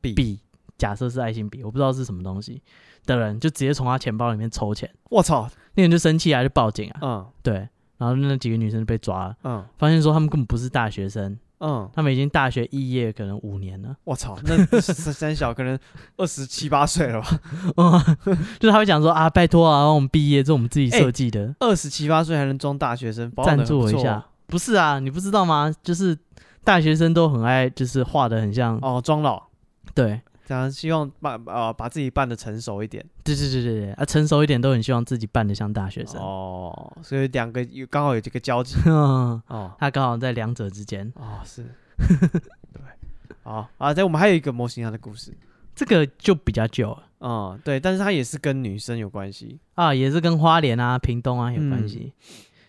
笔笔，假设是爱心笔，我不知道是什么东西的人，就直接从他钱包里面抽钱，我操，那人就生气啊，就报警啊。嗯对，然后那几个女生就被抓了，嗯发现说他们根本不是大学生，嗯，他们已经大学肄业可能五年了， 我操，那三 三小可能二十七八岁了吧，就是他会讲说啊，拜托啊，我们毕业这我们自己设计的，二十七八岁还能装大学生，保养赞得很助我不一错哦下。不是啊，你不知道吗？就是大学生都很爱，就是画的很像，哦，装老，对，想希望把呃把自己扮的成熟一点。对对对对对，啊，成熟一点都很希望自己扮的像大学 生。哦，所以两个有刚好有这个交集哦他刚好在两者之间，哦是， 对，好啊，在我们还有一个模型上的故嗯事，这个就比较久了嗯，对，但是它也是跟女生有关系，啊，也是跟花莲啊、屏东啊有关嗯系。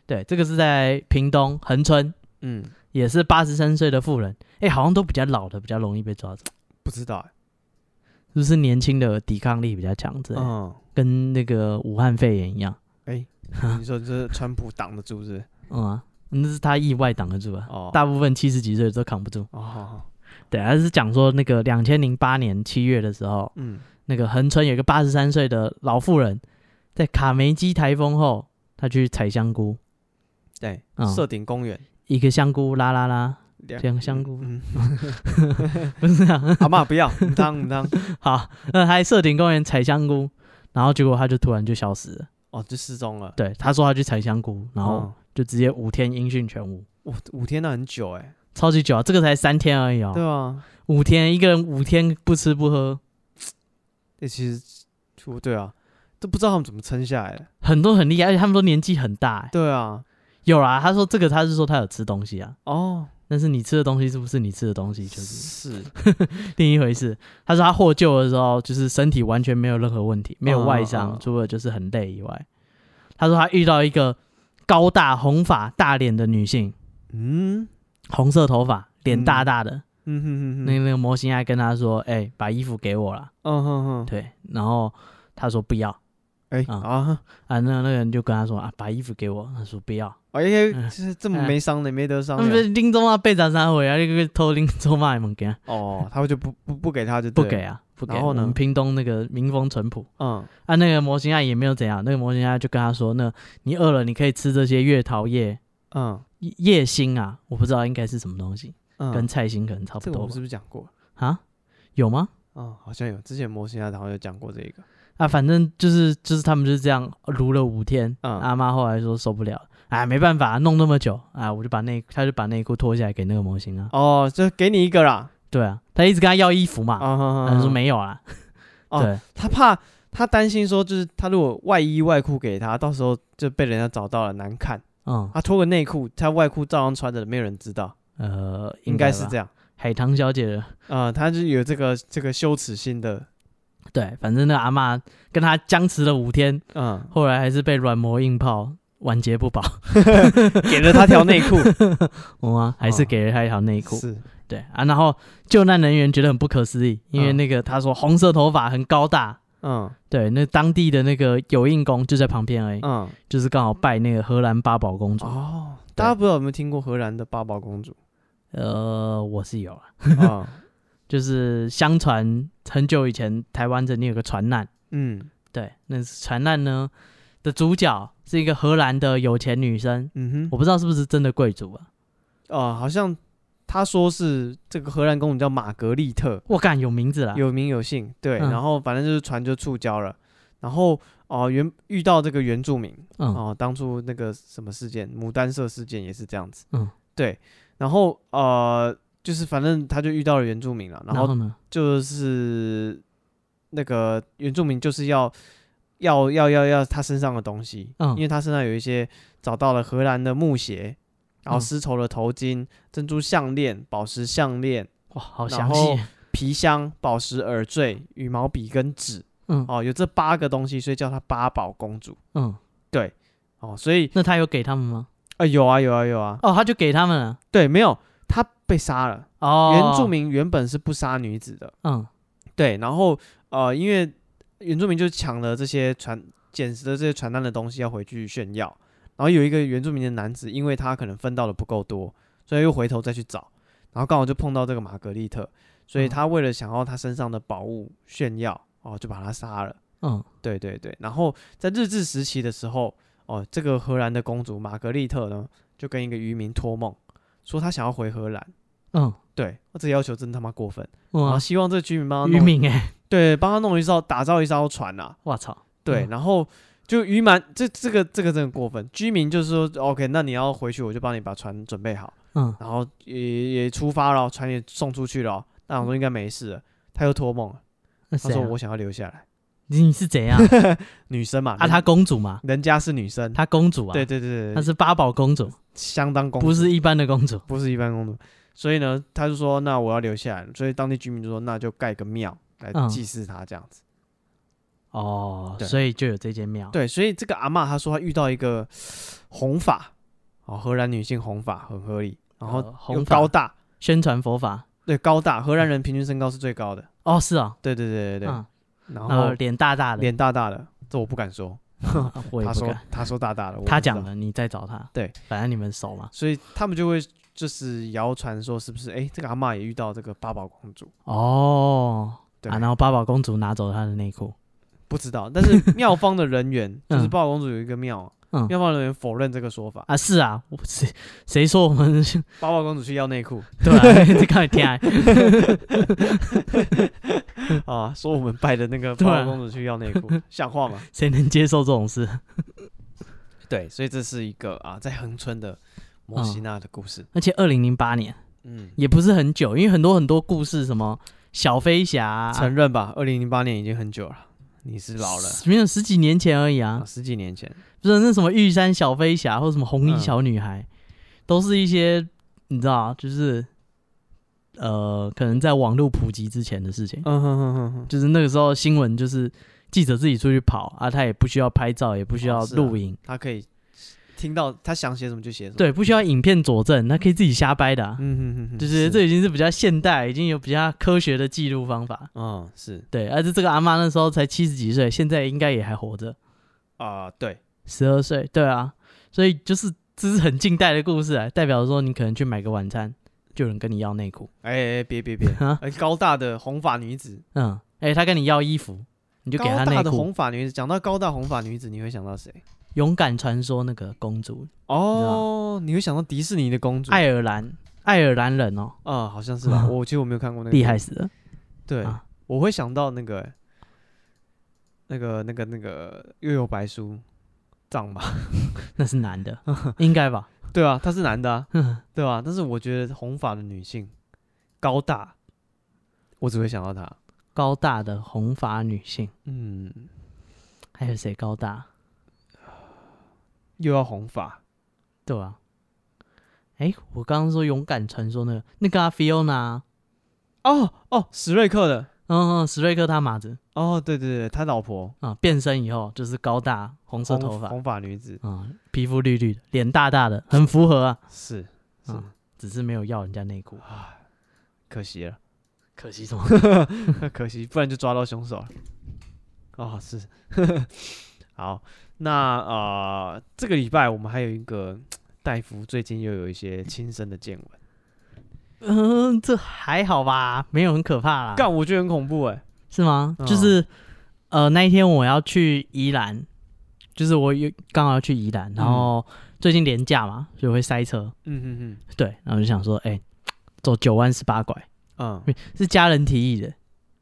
对，这个是在屏东恒春，嗯，也是八十三岁的妇人，哎、好像都比较老的比较容易被抓走，不知道欸，是不是年轻的抵抗力比较强之类的？ 嗯，跟那个武汉肺炎一样，哎，你说这是川普挡得住是不是？嗯啊，那是他意外挡得住啊。哦，大部分七十几岁的都扛不住。哦，好好对，他是讲说那个两千零八年七月的时候，嗯，那个恒春有一个八十三岁的老妇人，在卡梅基台风后，她去采香菇，对嗯，设顶公园，一个香菇啦啦啦，两两香菇，嗯， 不是啊，阿妈不要，唔当唔当，好，那还社顶公园采香菇，然后结果她就突然就消失了。哦，就失踪了，对，她说她去采香菇，然后嗯，就直接五天音讯全无，哇，五天那很久哎，超级久啊，这个才三天而已对哦，啊，五天一个人五天不吃不喝，这其实，我对啊，都不知道他们怎么撑下来的，很多很厉害，而且他们都年纪很大、欸。对啊，有啦，他说这个他是说他有吃东西啊，哦，但是你吃的东西是不是你吃的东西，就是 是，另一回事。他说他获救的时候，就是身体完全没有任何问题，没有外嗯嗯伤，嗯除了就是很累以外。他说他遇到一个高大红发大脸的女性，嗯红色头发，脸大大的。嗯哼哼那哼，那个模型还跟他说：“哎、把衣服给我啦。嗯哼哼，对，然后他说不要哎啊啊，啊，那那个人就跟他说啊，把衣服给我。他说不要，哎呀，这这么没伤的，没得伤嗯那不是的，拎走啊，被砸三回啊，那个偷拎走嘛，也没给啊，哦，他就不不不给他就不对了给，啊，不给。然后呢我们屏东那个民风淳朴，嗯，啊，那个模型爱也没有怎样，那个模型爱就跟他说，那你饿了，你可以吃这些月桃叶嗯叶叶心啊，我不知道应该是什么东西，嗯，跟菜心可能差不这个多我们吧是不是讲过？啊？有吗？嗯，好像有，之前模型啊，好像有讲过这个，啊，反正就是就是他们就是这样撸了五天，嗯阿妈后来说受不了，哎，没办法，弄那么久，啊，我就把内他就把内裤脱下来给那个模型啊，哦，就给你一个啦，对啊，他一直跟他要衣服嘛，啊哼，他哼说，哼没有啊，哦对，他怕。他担心说，就是他如果外衣外裤给他，到时候就被人家找到了难看。嗯，他脱个内裤，他外裤照样穿着，没有人知道，呃，应该是这样，样。海棠小姐的啊、他就有这个这个羞耻心的，对，反正那个阿嬷跟他僵持了五天，嗯，后来还是被软磨硬泡，晚节 不保。给了他条内 裤，我吗？ 还是哦给了他一条内裤。是，对啊，然后救难人员觉得很不可思议，因为那个他说红色头发很高大，嗯对，那当地的那个有印宫就在旁边而已，嗯，就是刚好拜那个荷兰八宝公主。 哦，大家不知道有没有听过荷兰的八宝公主？呃，我是有啊，啊，就是相传很久以前台湾这里有个船难，嗯对，那是船难呢的主角是一个荷兰的有钱女生，嗯我哼，不知道是不是真的贵族啊，哦，好像他说是这个荷兰公主叫玛格丽特，我干有名字啦，有名有姓，对，啊嗯然后反正就是船就触礁了，然后哦原遇到这个原住民，嗯哦，当初那个什么事件，牡丹社事件也是这样子。嗯，对。然后呃，就是反正他就遇到了原住民了，然然后后呢，就是那个原住民就是要要要要要他身上的东西，嗯因为他身上有一些找到了荷兰的木鞋，然后嗯丝绸的头巾、珍珠项链、宝石项链、哇，好然详细后，皮箱、宝石耳坠、羽毛笔跟纸。嗯哦，有这八个东西，所以叫她八宝公主。嗯，哦，所以那他有给他们吗？啊、有啊，有啊，有啊。哦，他就给他们了，对，没有，他被杀了。哦，原住，民原本是不杀女子的，嗯对，然后呃，因为原住民就抢了这些传捡拾的这些传单的东西要回去炫耀，然后有一个原住民的男子，因为他可能分到的不够多，所以又回头再去找，然后刚好就碰到这个玛格丽特，所以嗯他为了想要他身上的宝物炫耀，哦，就把他杀了。嗯对对对，然后在日治时期的时候，哦，这个荷兰的公主玛格丽特呢，就跟一个渔民托梦，说她想要回荷兰。嗯，对，这要求真他妈过分。然后哇，希望这个居民帮他渔弄，民 哎，对，帮他弄一艘打造一艘船啊。我操，对，嗯然后就渔蛮这这个这个真的过分，居民就是说，OK，那你要回去，我就帮你把船准备好，嗯然后也也出发了，船也送出去了，那我说应该没事了。他又托梦了，那他谁说啊？我想要留下来，你是 怎样女生嘛，啊？她公主嘛，人家是女生，她公主啊，对对对对，她是八宝公主，相当公主，不是一般的公主，不是一般公主。所以呢，他就说那我要留下来，所以当地居民就说那就盖个庙来嗯祭祀他这样子。哦，对所以就有这间庙，对，所以这个阿嬷她说她遇到一个红发，哦，荷兰女性红发很合理，然后呃又红高法大，宣传佛法，对高大，荷兰人平均身高是最高的，哦，是哦，对对对对对，嗯，然然后后脸大大的，脸大大的，这我不敢说，啊 我也他不说敢，他说大大的，我他不知讲道，了，你再找他，对，反正你们熟嘛，所以他们就会就是谣传说是不是？哎，这个阿嬷也遇到这个八宝公主，哦，对啊，然后八宝公主拿走她的内裤，不知道，但是妙方的人员就是嗯八宝公主有一个庙，嗯妙方人员否认这个说法，啊，是啊，我谁谁说我们是八宝公主去要 内裤对 啊，这刚才听啊，啊，说我们拜的那个对八啊宝公主去要内 裤，像话吗？谁能接受这种事？对，所以这是一个啊，在恒春的摩西娜的故事。而且二零零八年嗯，也不是很久，因为很多很多故事，什么小飞侠啊、承认吧，二零零八年已经很久了，你是老了没有十几年前而已啊啊，，十几年前。不是那什么玉山小飞侠或什么红衣嗯小女孩，都是一些你知道，啊就是呃，可能在网络普及之前的事情，嗯哼哼哼哼，就是那个时候新闻就是记者自己出去跑啊，他也不需要拍照，也不需要哦是啊录影，他可以听到他想写什么就写什么。，对，不需要影片佐证，他可以自己瞎掰的啊、嗯哼哼哼，就是这已经是比较现代，已经有比较科学的记录方法。嗯是对，而且这个阿妈那时候才七十几岁，现在应该也还活着，啊，对，十二岁。对啊，所以就是这是很近代的故事啊，代表说你可能去买个晚餐，就有人跟你要内裤，哎哎别别别啊，哎高大的红发女子，嗯，哎、他跟你要衣服，你就给他高内大的裤。红发女子。讲到高大红发女子，你会想到谁？勇敢传说那个公主，哦，你会想到迪士尼的公主。爱尔兰，爱尔兰人哦，啊，好像 是吧？我其实我没有看过那个厉害片。死了。对啊，我会想到那个、欸那个、那个、那个又有白书藏嘛，那是男的，应该吧？ 对啊，他是 男的、啊，哼对啊，但是我觉得红发的女性高大，我只会想到她。高大的红发女性，嗯，还有谁高大？又要红发，对啊。哎，我刚刚说勇敢传说那个那个啊，Fiona，啊哦哦，史瑞克的，嗯嗯，史瑞克他马子哦，对对对，他老婆啊，变身以后就是高大红色红头发红发女子啊、皮肤绿绿的，脸大大的，很符合啊，是是、嗯只是没有要人家内裤，啊可惜了， 可惜什么？ 可惜，不然就抓到凶手了。哦，是， 好，那呃，这个礼拜我们还有一个戴夫最近又有一些亲身的见闻，嗯，这还好吧，没有很可怕啦。干，我觉得很恐怖哎、是吗？嗯就是呃，那一天我要去宜兰，就是我有刚好要去宜兰，然后最近廉价嘛，所以会塞车。嗯嗯对，然后我就想说，哎、走九弯十八拐嗯是家人提议的，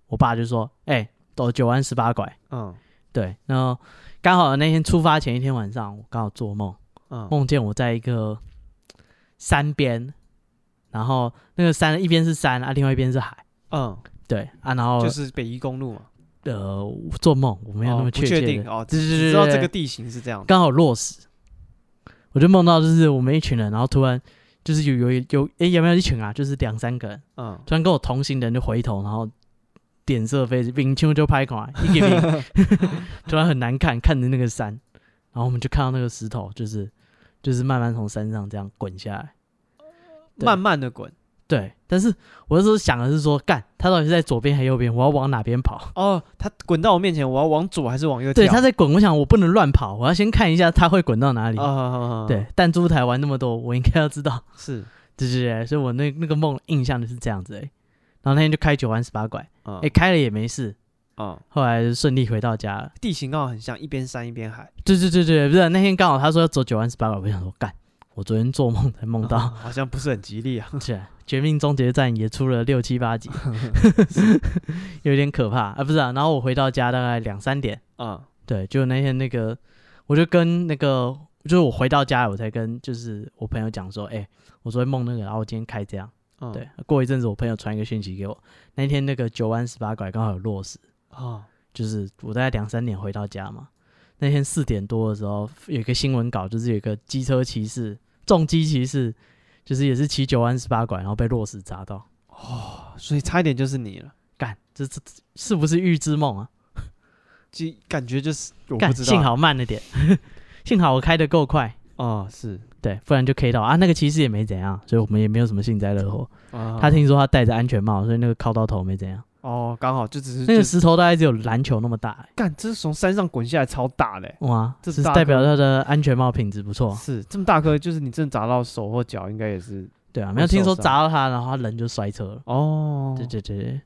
我爸就说，哎、走九弯十八拐。嗯对，然后刚好那天出发前一天晚上，我刚好做梦，嗯嗯梦见我在一个山边，然后那个山一边是山啊，另外一边是海。嗯，对啊，然后、就是北宜公路嘛，呃，我做梦我没有那么哦不确确切的定哦，对只对对知道对这对个地形是这样的。刚好落实，我就梦到就是我们一群人，然后突然就是有有有诶、有没有一群啊？就是两三个人，嗯，突然跟我同行的人就回头，然后脸色非冰清就拍垮，一给冰，突然很难看，看着那个山，然后我们就看到那个石头，就是就是慢慢从山上这样滚下来。对慢慢的滚对，但是我那时候想的是说，干，他到底是在左边还是右边？我要往哪边 跑？哦，它滚到我面前，我要往左还是往右跳？对，他在滚，我想我不能乱跑，我要先看一下他会滚到哪里。啊啊啊，啊，对啊，弹珠台玩那么多，我应该要知道。是，对对对，所以我那那个梦印象就是这样子、欸。然后那天就开九弯十八拐，嗯哎、开了也没事，嗯，后来就顺利回到家了。地形刚好很像，一边山一边海，对对对对，不是那天刚好他说要走九弯十八拐，我就想说干，我昨天做梦才梦啊 到，好像不是很吉 利啊。是啊《绝命终结战》也出了六七八集， 有点可怕啊，不是啊。然后我回到家大概两三点，嗯对，就那天那个，我就跟那个，就是我回到家我才跟就是我朋友讲说，哎、我昨天梦那个，然后我今天开这样。嗯，对，过一阵子我朋友传一个讯息给我，那天那个九弯十八拐刚好有落实，哦，就是我大概两三点回到家嘛，那天四点多的时候有一个新闻稿，就是有一个机车骑士，重机骑士，就是也是骑九弯十八拐，然后被落石砸到，所以差一点就是你了，干，这这这是不是预知梦啊？就感觉就是我干，不知道，幸好慢了点，幸好我开的够快，哦是对，不然就 K 到啊。那个骑士也没怎样，所以我们也没有什么幸灾乐祸。啊，他听说他戴着安全帽，所以那个靠到头没怎样。哦刚好就只是那就个是石头大概只有篮球那么大、欸干，这是从山上滚下来超大嘞。哇，这这是是大代表他的安全帽品质不错，是这么大颗，就是你真的砸到手或脚，应该也是对啊，会没有听说受伤砸到他，然后他人就摔车了，哦。对对对，对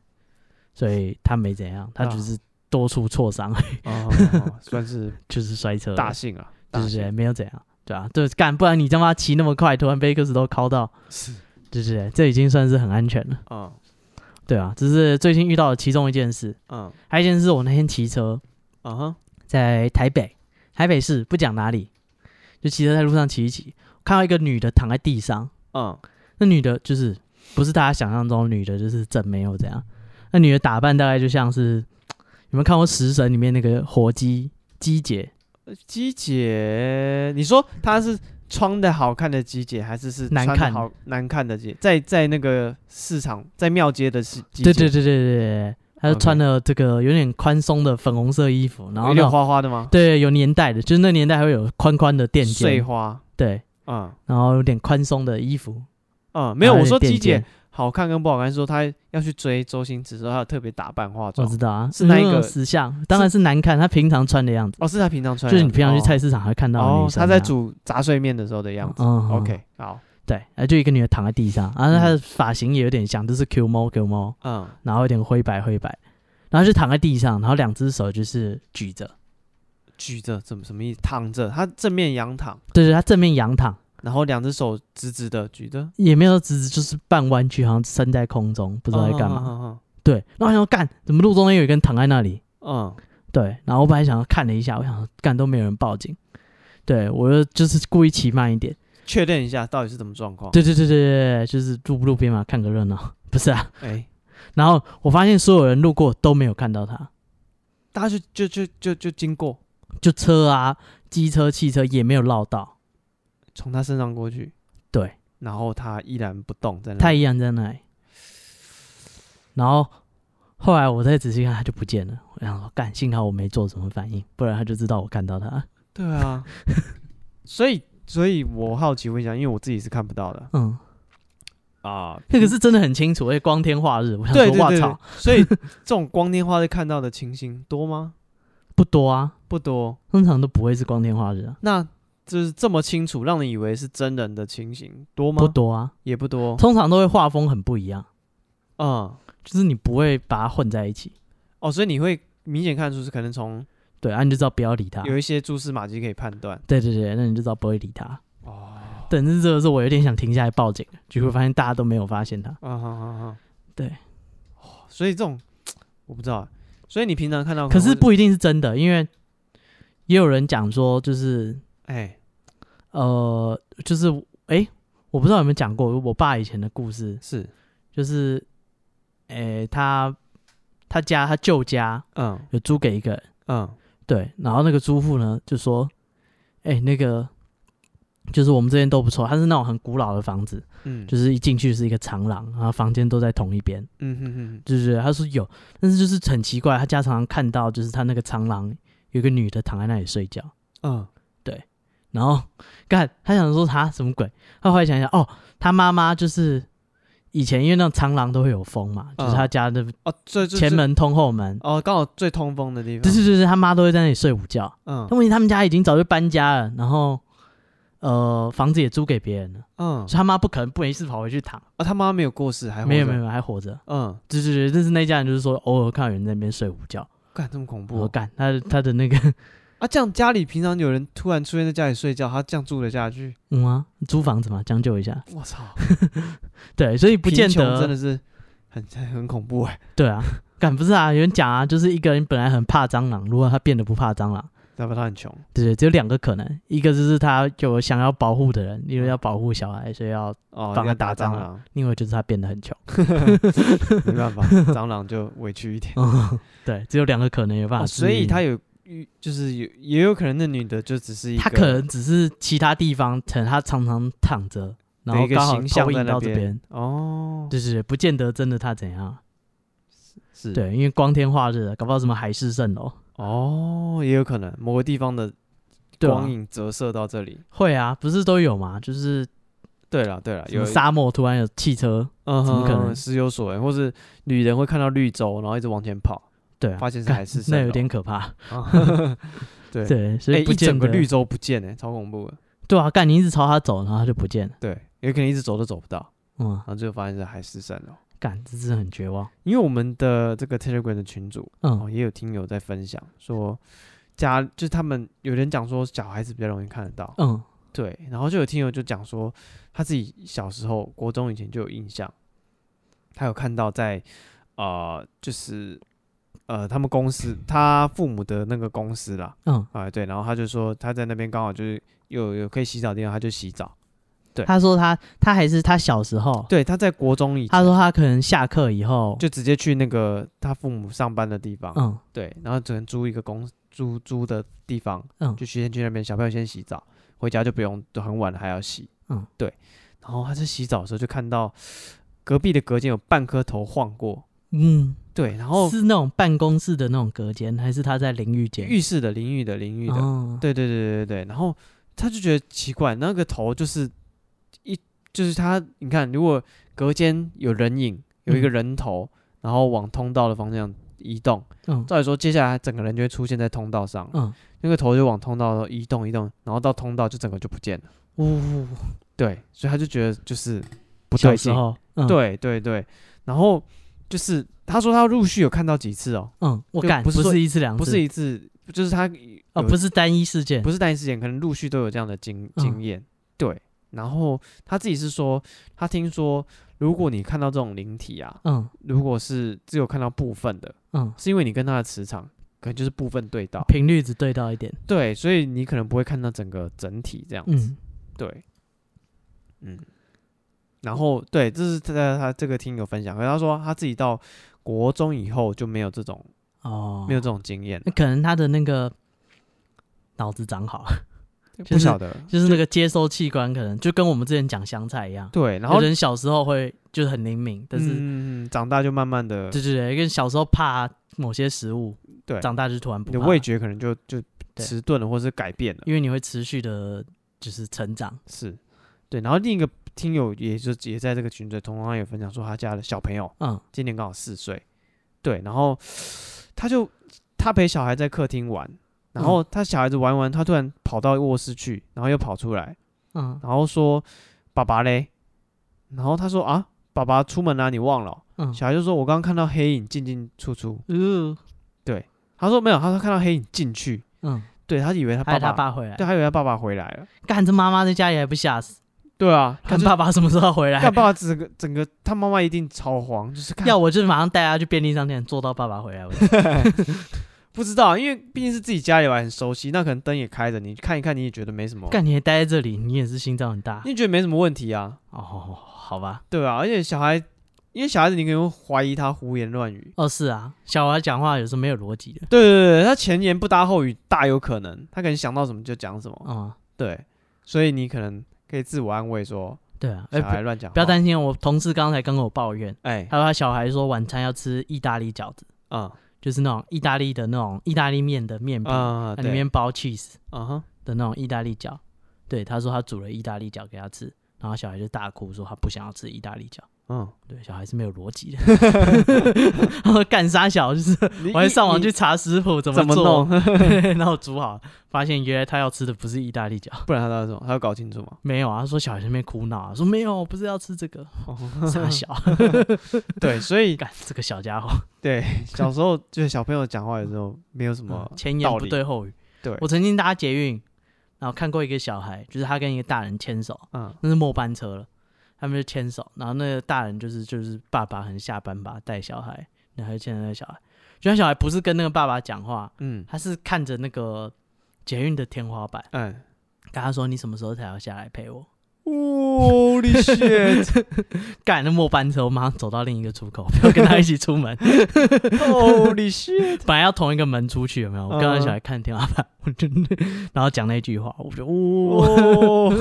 所以他没怎样，他啊只是多处挫伤， 哦，算是就是摔车而已，大幸啊，对大对幸对，没有怎样，对啊，对，干，不然你他妈骑那么快，突然被一个石头敲到，是对对对，这已经算是很安全了，嗯对啊，这是最近遇到的其中一件事，嗯还有一件事，我那天骑车啊哈在台北，台北市不讲哪里，就骑车在路上骑一骑，看到一个女的躺在地上。嗯那女的就是不是大家想象中女的，就是真没有这样。那女的打扮大概就像是你们看过《食神》里面那个火鸡鸡姐，呃鸡姐，你说她是穿的好看的鸡姐，还是是难穿得看好难看的鸡？在在那个市场，在庙街的是鸡姐，对对对对对对，她就 OK 穿了这个有点宽松的粉红色衣服，然后有那点种花花的吗？对有年代的，就是那年代还会有宽宽的垫碎肩，花，对，嗯然后有点宽松的衣服，嗯，没有，然后我说点鸡姐肩，好看跟不好看，是说她要去追周星驰的时候，她有特别打扮化我妆知。道啊，是那一个嗯石像，当然是难看，她平常穿的样子，哦，是她平常穿就是的样你子，平常去哦菜市场会看到的哦女，生她那样。在煮杂碎面的时候的样子。嗯嗯 OK，好，对，啊，就一个女的躺在地上，然后她的发型也有点像，就是 Q 猫 Q 猫，嗯然后有点灰白灰白，然后就躺在地上，然后两只手就是举着，，举着怎么什么意思？躺着，他正面仰躺，对对，她正面仰躺，然后两只手直直的举着，也没有直直，就是半弯曲，好像伸在空中，不不知道在干嘛。嘛。对，然后我想说干，怎么路中间有一个人躺在那里？嗯对，然后我本来想要看了一下，我想说干都没有人报警，对我就就是故意骑慢一点，确认一下到底是什么状况。，对对对对对对，就是路不路边嘛，看个热闹，不是啊。哎，然后我发现所有人路过都没有看到他，大家就就就就就经过，就车啊、机车、汽车也没有绕道，从他身上过去，对，然后他依然不动，在那他里一样在那里。然后后来我再仔细看，他就不见了。我想说，干，幸好我没做什么反应，不然他就知道我看到他。对啊， 所以所以我好奇问一下，因为我自己是看不到的嗯，啊，那个是真的很清楚，而且光天化日。我想对说，对哇对，对操，所以这种光天化日看到的情形多吗？不多啊，不多，通常都不会是光天化日啊。那就是这么清楚，让你以为是真人的情形多吗？不多啊，也不多。通常都会画风很不一样，嗯，就是你不会把它混在一起。哦，所以你会明显看出是可能从对，啊，你就知道不要理他。有一些蛛丝马迹可以判断。对对对，那你就知道不会理他。哦，等是这个时候，我有点想停下来报警了，结果发现大家都没有发现他。啊哈哈哈，对哦，所以这种我不知道啊，所以你平常看到可是能会不一定是真的，因为也有人讲说，就是哎呃，就是哎、我不知道有没有讲过我爸以前的故事，是就是哎、他他家他舅家嗯有租给一个人，嗯对，然后那个租户呢就说，哎、那个就是我们这边都不错，它是那种很古老的房子，嗯，就是一进去是一个长廊，然后房间都在同一边，嗯哼哼就是他说有，但是就是很奇怪，他家常常看到就是他那个长廊有一个女的躺在那里睡觉，哼然后干他想说他什么鬼，他后来想一想哦，他妈妈就是以前因为那种长廊都会有风嘛，就是他家的嗯哦，这这前这门通后门，哦，刚好最通风的地方，对对对对，他妈都会在那里睡午觉。嗯但问题他们家已经早就搬家了，然后呃房子也租给别人了，嗯，所以他妈不可能不没事跑回去躺，啊，他妈没有过世，还活没有着没有，没有还活着。嗯，对对对，但是那一家人就是说偶尔看到有人在那边睡午觉，干这么恐怖我哦干他的他的那个 啊！这样家里平常有人突然出现在家里睡觉，他这样住得下去？嗯啊，租房子嘛，将就一下。我操，对，所以 不贫见穷真得的是很 很恐怖哎，对 啊，敢不是啊？有人讲啊，就是一个人本来很怕蟑螂，如果他变得不怕蟑螂，代表他很穷。对对，只有两个可能，一个就是他有想要保护的人，因为要保护小孩，所以要；哦，帮他要打蟑蟑螂， 另外就是他变得很穷。没办法，蟑螂就委屈一点。嗯，对，只有两个可能有办法哦、治愈、所以他有，就是有，也有可能那女的就只是一个，他可能只是其他地方，可能他常常躺着，然后一个刚好形象投在影那到这边边，哦，对对对，不见得真的他怎样。啊是，，对，因为光天化日，啊搞不好什么海市蜃楼。哦，也有可能某个地方的对啊光影折射到这里。会啊，不是都有嘛？就是对了，对了，什有么沙漠突然有汽车，嗯怎么可哼能时有所闻，或是女人会看到绿洲，然后一直往前跑，对啊，发现是干海市 蜃那楼有点可怕。啊 对，对，所哎，以不一见整得个绿洲不见哎，超恐怖的。对啊，干你一直朝他走，然后他就不见了。对，有可能一直走都走不到，嗯然，后最后发现是海市蜃楼。干，这是很绝望。因为我们的这个 Telegram 的群组嗯哦，也有听友在分享说，家就是他们有人讲说小孩子比较容易看得到，嗯，对，然后就有听友就讲说他自己小时候国中以前就有印象，他有看到在呃就是呃他们公司他父母的那个公司啦，嗯，啊、对，然后他就说他在那边刚好就是有有可以洗澡的地方，他就洗澡，对他说他他还是他小时候，对，他在国中以前他说他可能下课以后，就直接去那个他父母上班的地方，嗯对，然后只能租一个公租租的地方，嗯就先去那边，小朋友先洗澡，回家就不用就很晚了还要洗，嗯，对。然后他在洗澡的时候就看到隔壁的隔间有半颗头晃过，嗯，对，然后是那种办公室的那种隔间，还是他在淋浴间？浴室的淋浴的淋浴的，哦，对对对对对，然后他就觉得奇怪，那个头就是一就是他，你看，如果隔间有人影，有一个嗯人头，然后往通道的方向移动，嗯照理说接下来整个人就会出现在通道上了，嗯，那个头就往通道移动移动，然后到通道就整个就不见了。呜，对，所以他就觉得就是不小对时劲。候，嗯，对对对，然后就是他说他陆续有看到几次哦，嗯，我就干，不不是说哦是一次两次，不是一次，就是他啊，有不是单一事件，不是单一事件，可能陆续都有这样的经经嗯验。对，然后他自己是说，他听说如果你看到这种灵体啊，嗯如果是只有看到部分的，嗯，是因为你跟他的磁场可能就是部分对到，频率只对到一点，对，所以你可能不会看到整个整体这样子。嗯对，嗯，然后对，这是他他他这个听友分享，可是他说他自己到国中以后就没有这种哦没，有这种经验了，那可能他的那个脑子长好了，就不是晓得。就是那个接收器官可能就跟我们之前讲香菜一样，对，然有后人小时候会就是很灵敏，但是嗯，长大就慢慢的对对对，跟小时候怕某些食物，对长大就突然你不的怕，味觉可能就就对迟钝了，或是改变了，因为你会持续的，就是成长，是对。然后另一个听友也就也在这个群组，同样有分享说他家的小朋友嗯今年刚好四岁，对，然后他就他陪小孩在客厅玩，然嗯后他小孩子玩完，他突然跑到卧室去，然后又跑出来，嗯然后说爸爸嘞，然后他说啊，爸爸出门啦、你忘了哦、嗯，小孩就说我刚刚看到黑影进进出出，嗯他说没有，他说看到黑影进去，嗯，对，他以为他还有爸他爸，爸回来对，，他以为他爸爸回来了，干这妈妈在家里还不吓死，对啊，他看就爸爸什么时候回来干。爸爸整个整个他妈妈一定超慌，就是看要我就马上带他去便利商店，坐到爸爸回来为止。不知道，因为毕竟是自己家里玩，很熟悉，那可能灯也开着，你看一看你也觉得没什么，干，你还待在这里，你也是心脏很大哦你也觉得没什么问题啊，哦。好吧，对啊，而且小孩，因为小孩子你可能会怀疑他胡言乱语，哦是啊，小孩讲话有时候没有逻辑的。对对对，他前言不搭后语，大有可能，他可能想到什么就讲什么，嗯，对，所以你可能可以自我安慰说，对啊，哎小孩不乱讲话，不要担心，我同事刚才刚跟我抱怨，哎，他说他小孩说晚餐要吃意大利饺子，嗯就是那种意大利的那种意大利面的面饼，嗯，它对里面包 cheese 嗯哼，的那种意大利饺。对，他说他煮了意大利饺给他吃，然后小孩就大哭说他不想要吃意大利饺。嗯，对，小孩是没有逻辑的。 他说干啥小就是，你我还上网你去查食谱怎么怎么做，弄， 然后煮好，发现原来他要吃的不是意大利饺。不然他到底什么，他要搞清楚 嘛，没有啊，他说小孩在那边哭闹啊，说没有，我不是要吃这个，哦 傻小，对，所以干这个小家伙，对，小时候就是小朋友讲话有时候没有什么嗯前言道不理对后语。对我曾经搭捷运，然后看过一个小孩，就是他跟一个大人牵手，嗯那是末班车了，他们就牵手，然后那个大人就是就是爸爸很下班吧，带小孩，然后就牵着那个小孩，就那小孩不是跟那个爸爸讲话，嗯他是看着那个捷运的天花板，嗯跟他说你什么时候才要下来陪我？ ，Holy shit！干那末班车，我马上走到另一个出口，不要跟他一起出 门， Holy shit！本来要同一个门出去，有没有？我刚刚小孩嗯看天花板，我就 然后讲那句话，我就呜、哦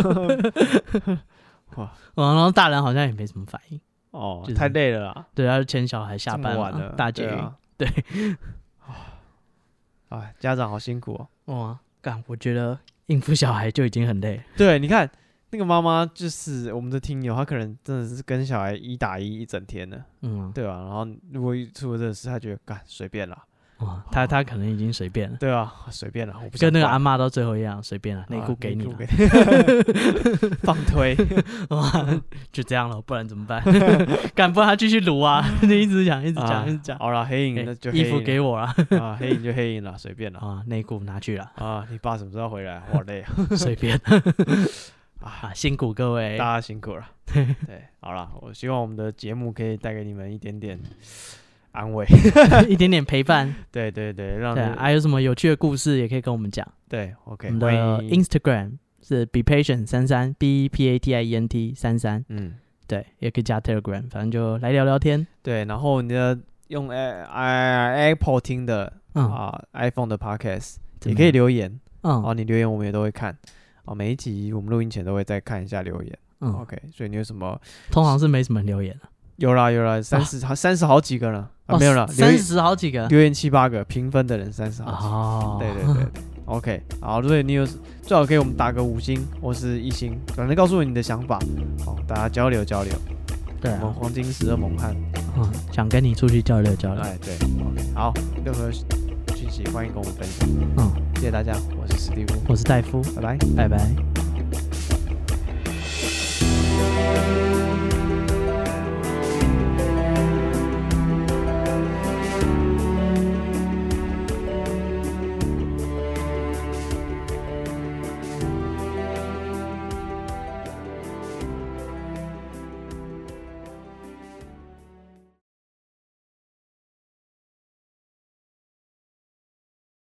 哦，然后大人好像也没什么反应， 哦就是，太累了啦，对，他就牵小孩下这么班晚嘛了，大捷对运，啊，对 哎，家长好辛苦哦。哇，干，我觉得应付小孩就已经很累了，对，你看那个妈妈就是我们的听友，她可能真的是跟小孩一打一一整天呢，嗯，对吧、然后如果一出了这个事，她觉得干随便啦，哇，他他可能已经随便了，对啊，随便啦，我不跟那个阿安妈到最后一样，随便了，内裤给你内了裤， 放推，哇，就这样了，不然怎么 办？干，不然他继续撸啊，就一直讲，一直讲，啊一直讲。好了，黑哎影那就衣服黑影给我 了啊，黑影就黑影啦，随便啦。啊，内裤拿去 了，啊，你爸什么时候回来？我好累啊，随 便啊，辛苦各位大。家 辛苦了。对，好了，我希望我们的节目可以带给你们一点点 安慰。一点点陪伴。对对对，让对你啊，还有什么有趣的故事也可以跟我们讲。对 OK，我们欢的迎 Instagram 是 be patient 三三 b e p a t i e n t 三三，嗯对，也可以加 Telegram，反正就来聊聊天。对，然后你的用 A I Apple 听的嗯，啊 iPhone 的 Podcast 怎也么可以样。留言哦，嗯你留言我们也都会看。哦，每一集我们录音前都会再看一下留言嗯， ，OK。所以你有什么？通常是没什么留言了，有啦有啦，三十好三十好几个了啊，哦没有了，留三言十好几个。留言七八个，评分的人三十好几个。哦，对对 对对，OK，好，所以你有最好给我们打个五星或是一星，反正告诉我你的想法，好，大家交流交流。对我们啊，黄金十二猛汉，嗯，想跟你出去交流交流。哎对，OK，好，任何讯息欢迎跟我们分享，嗯，谢谢大家，我是史蒂夫，我是戴夫，拜拜。拜拜。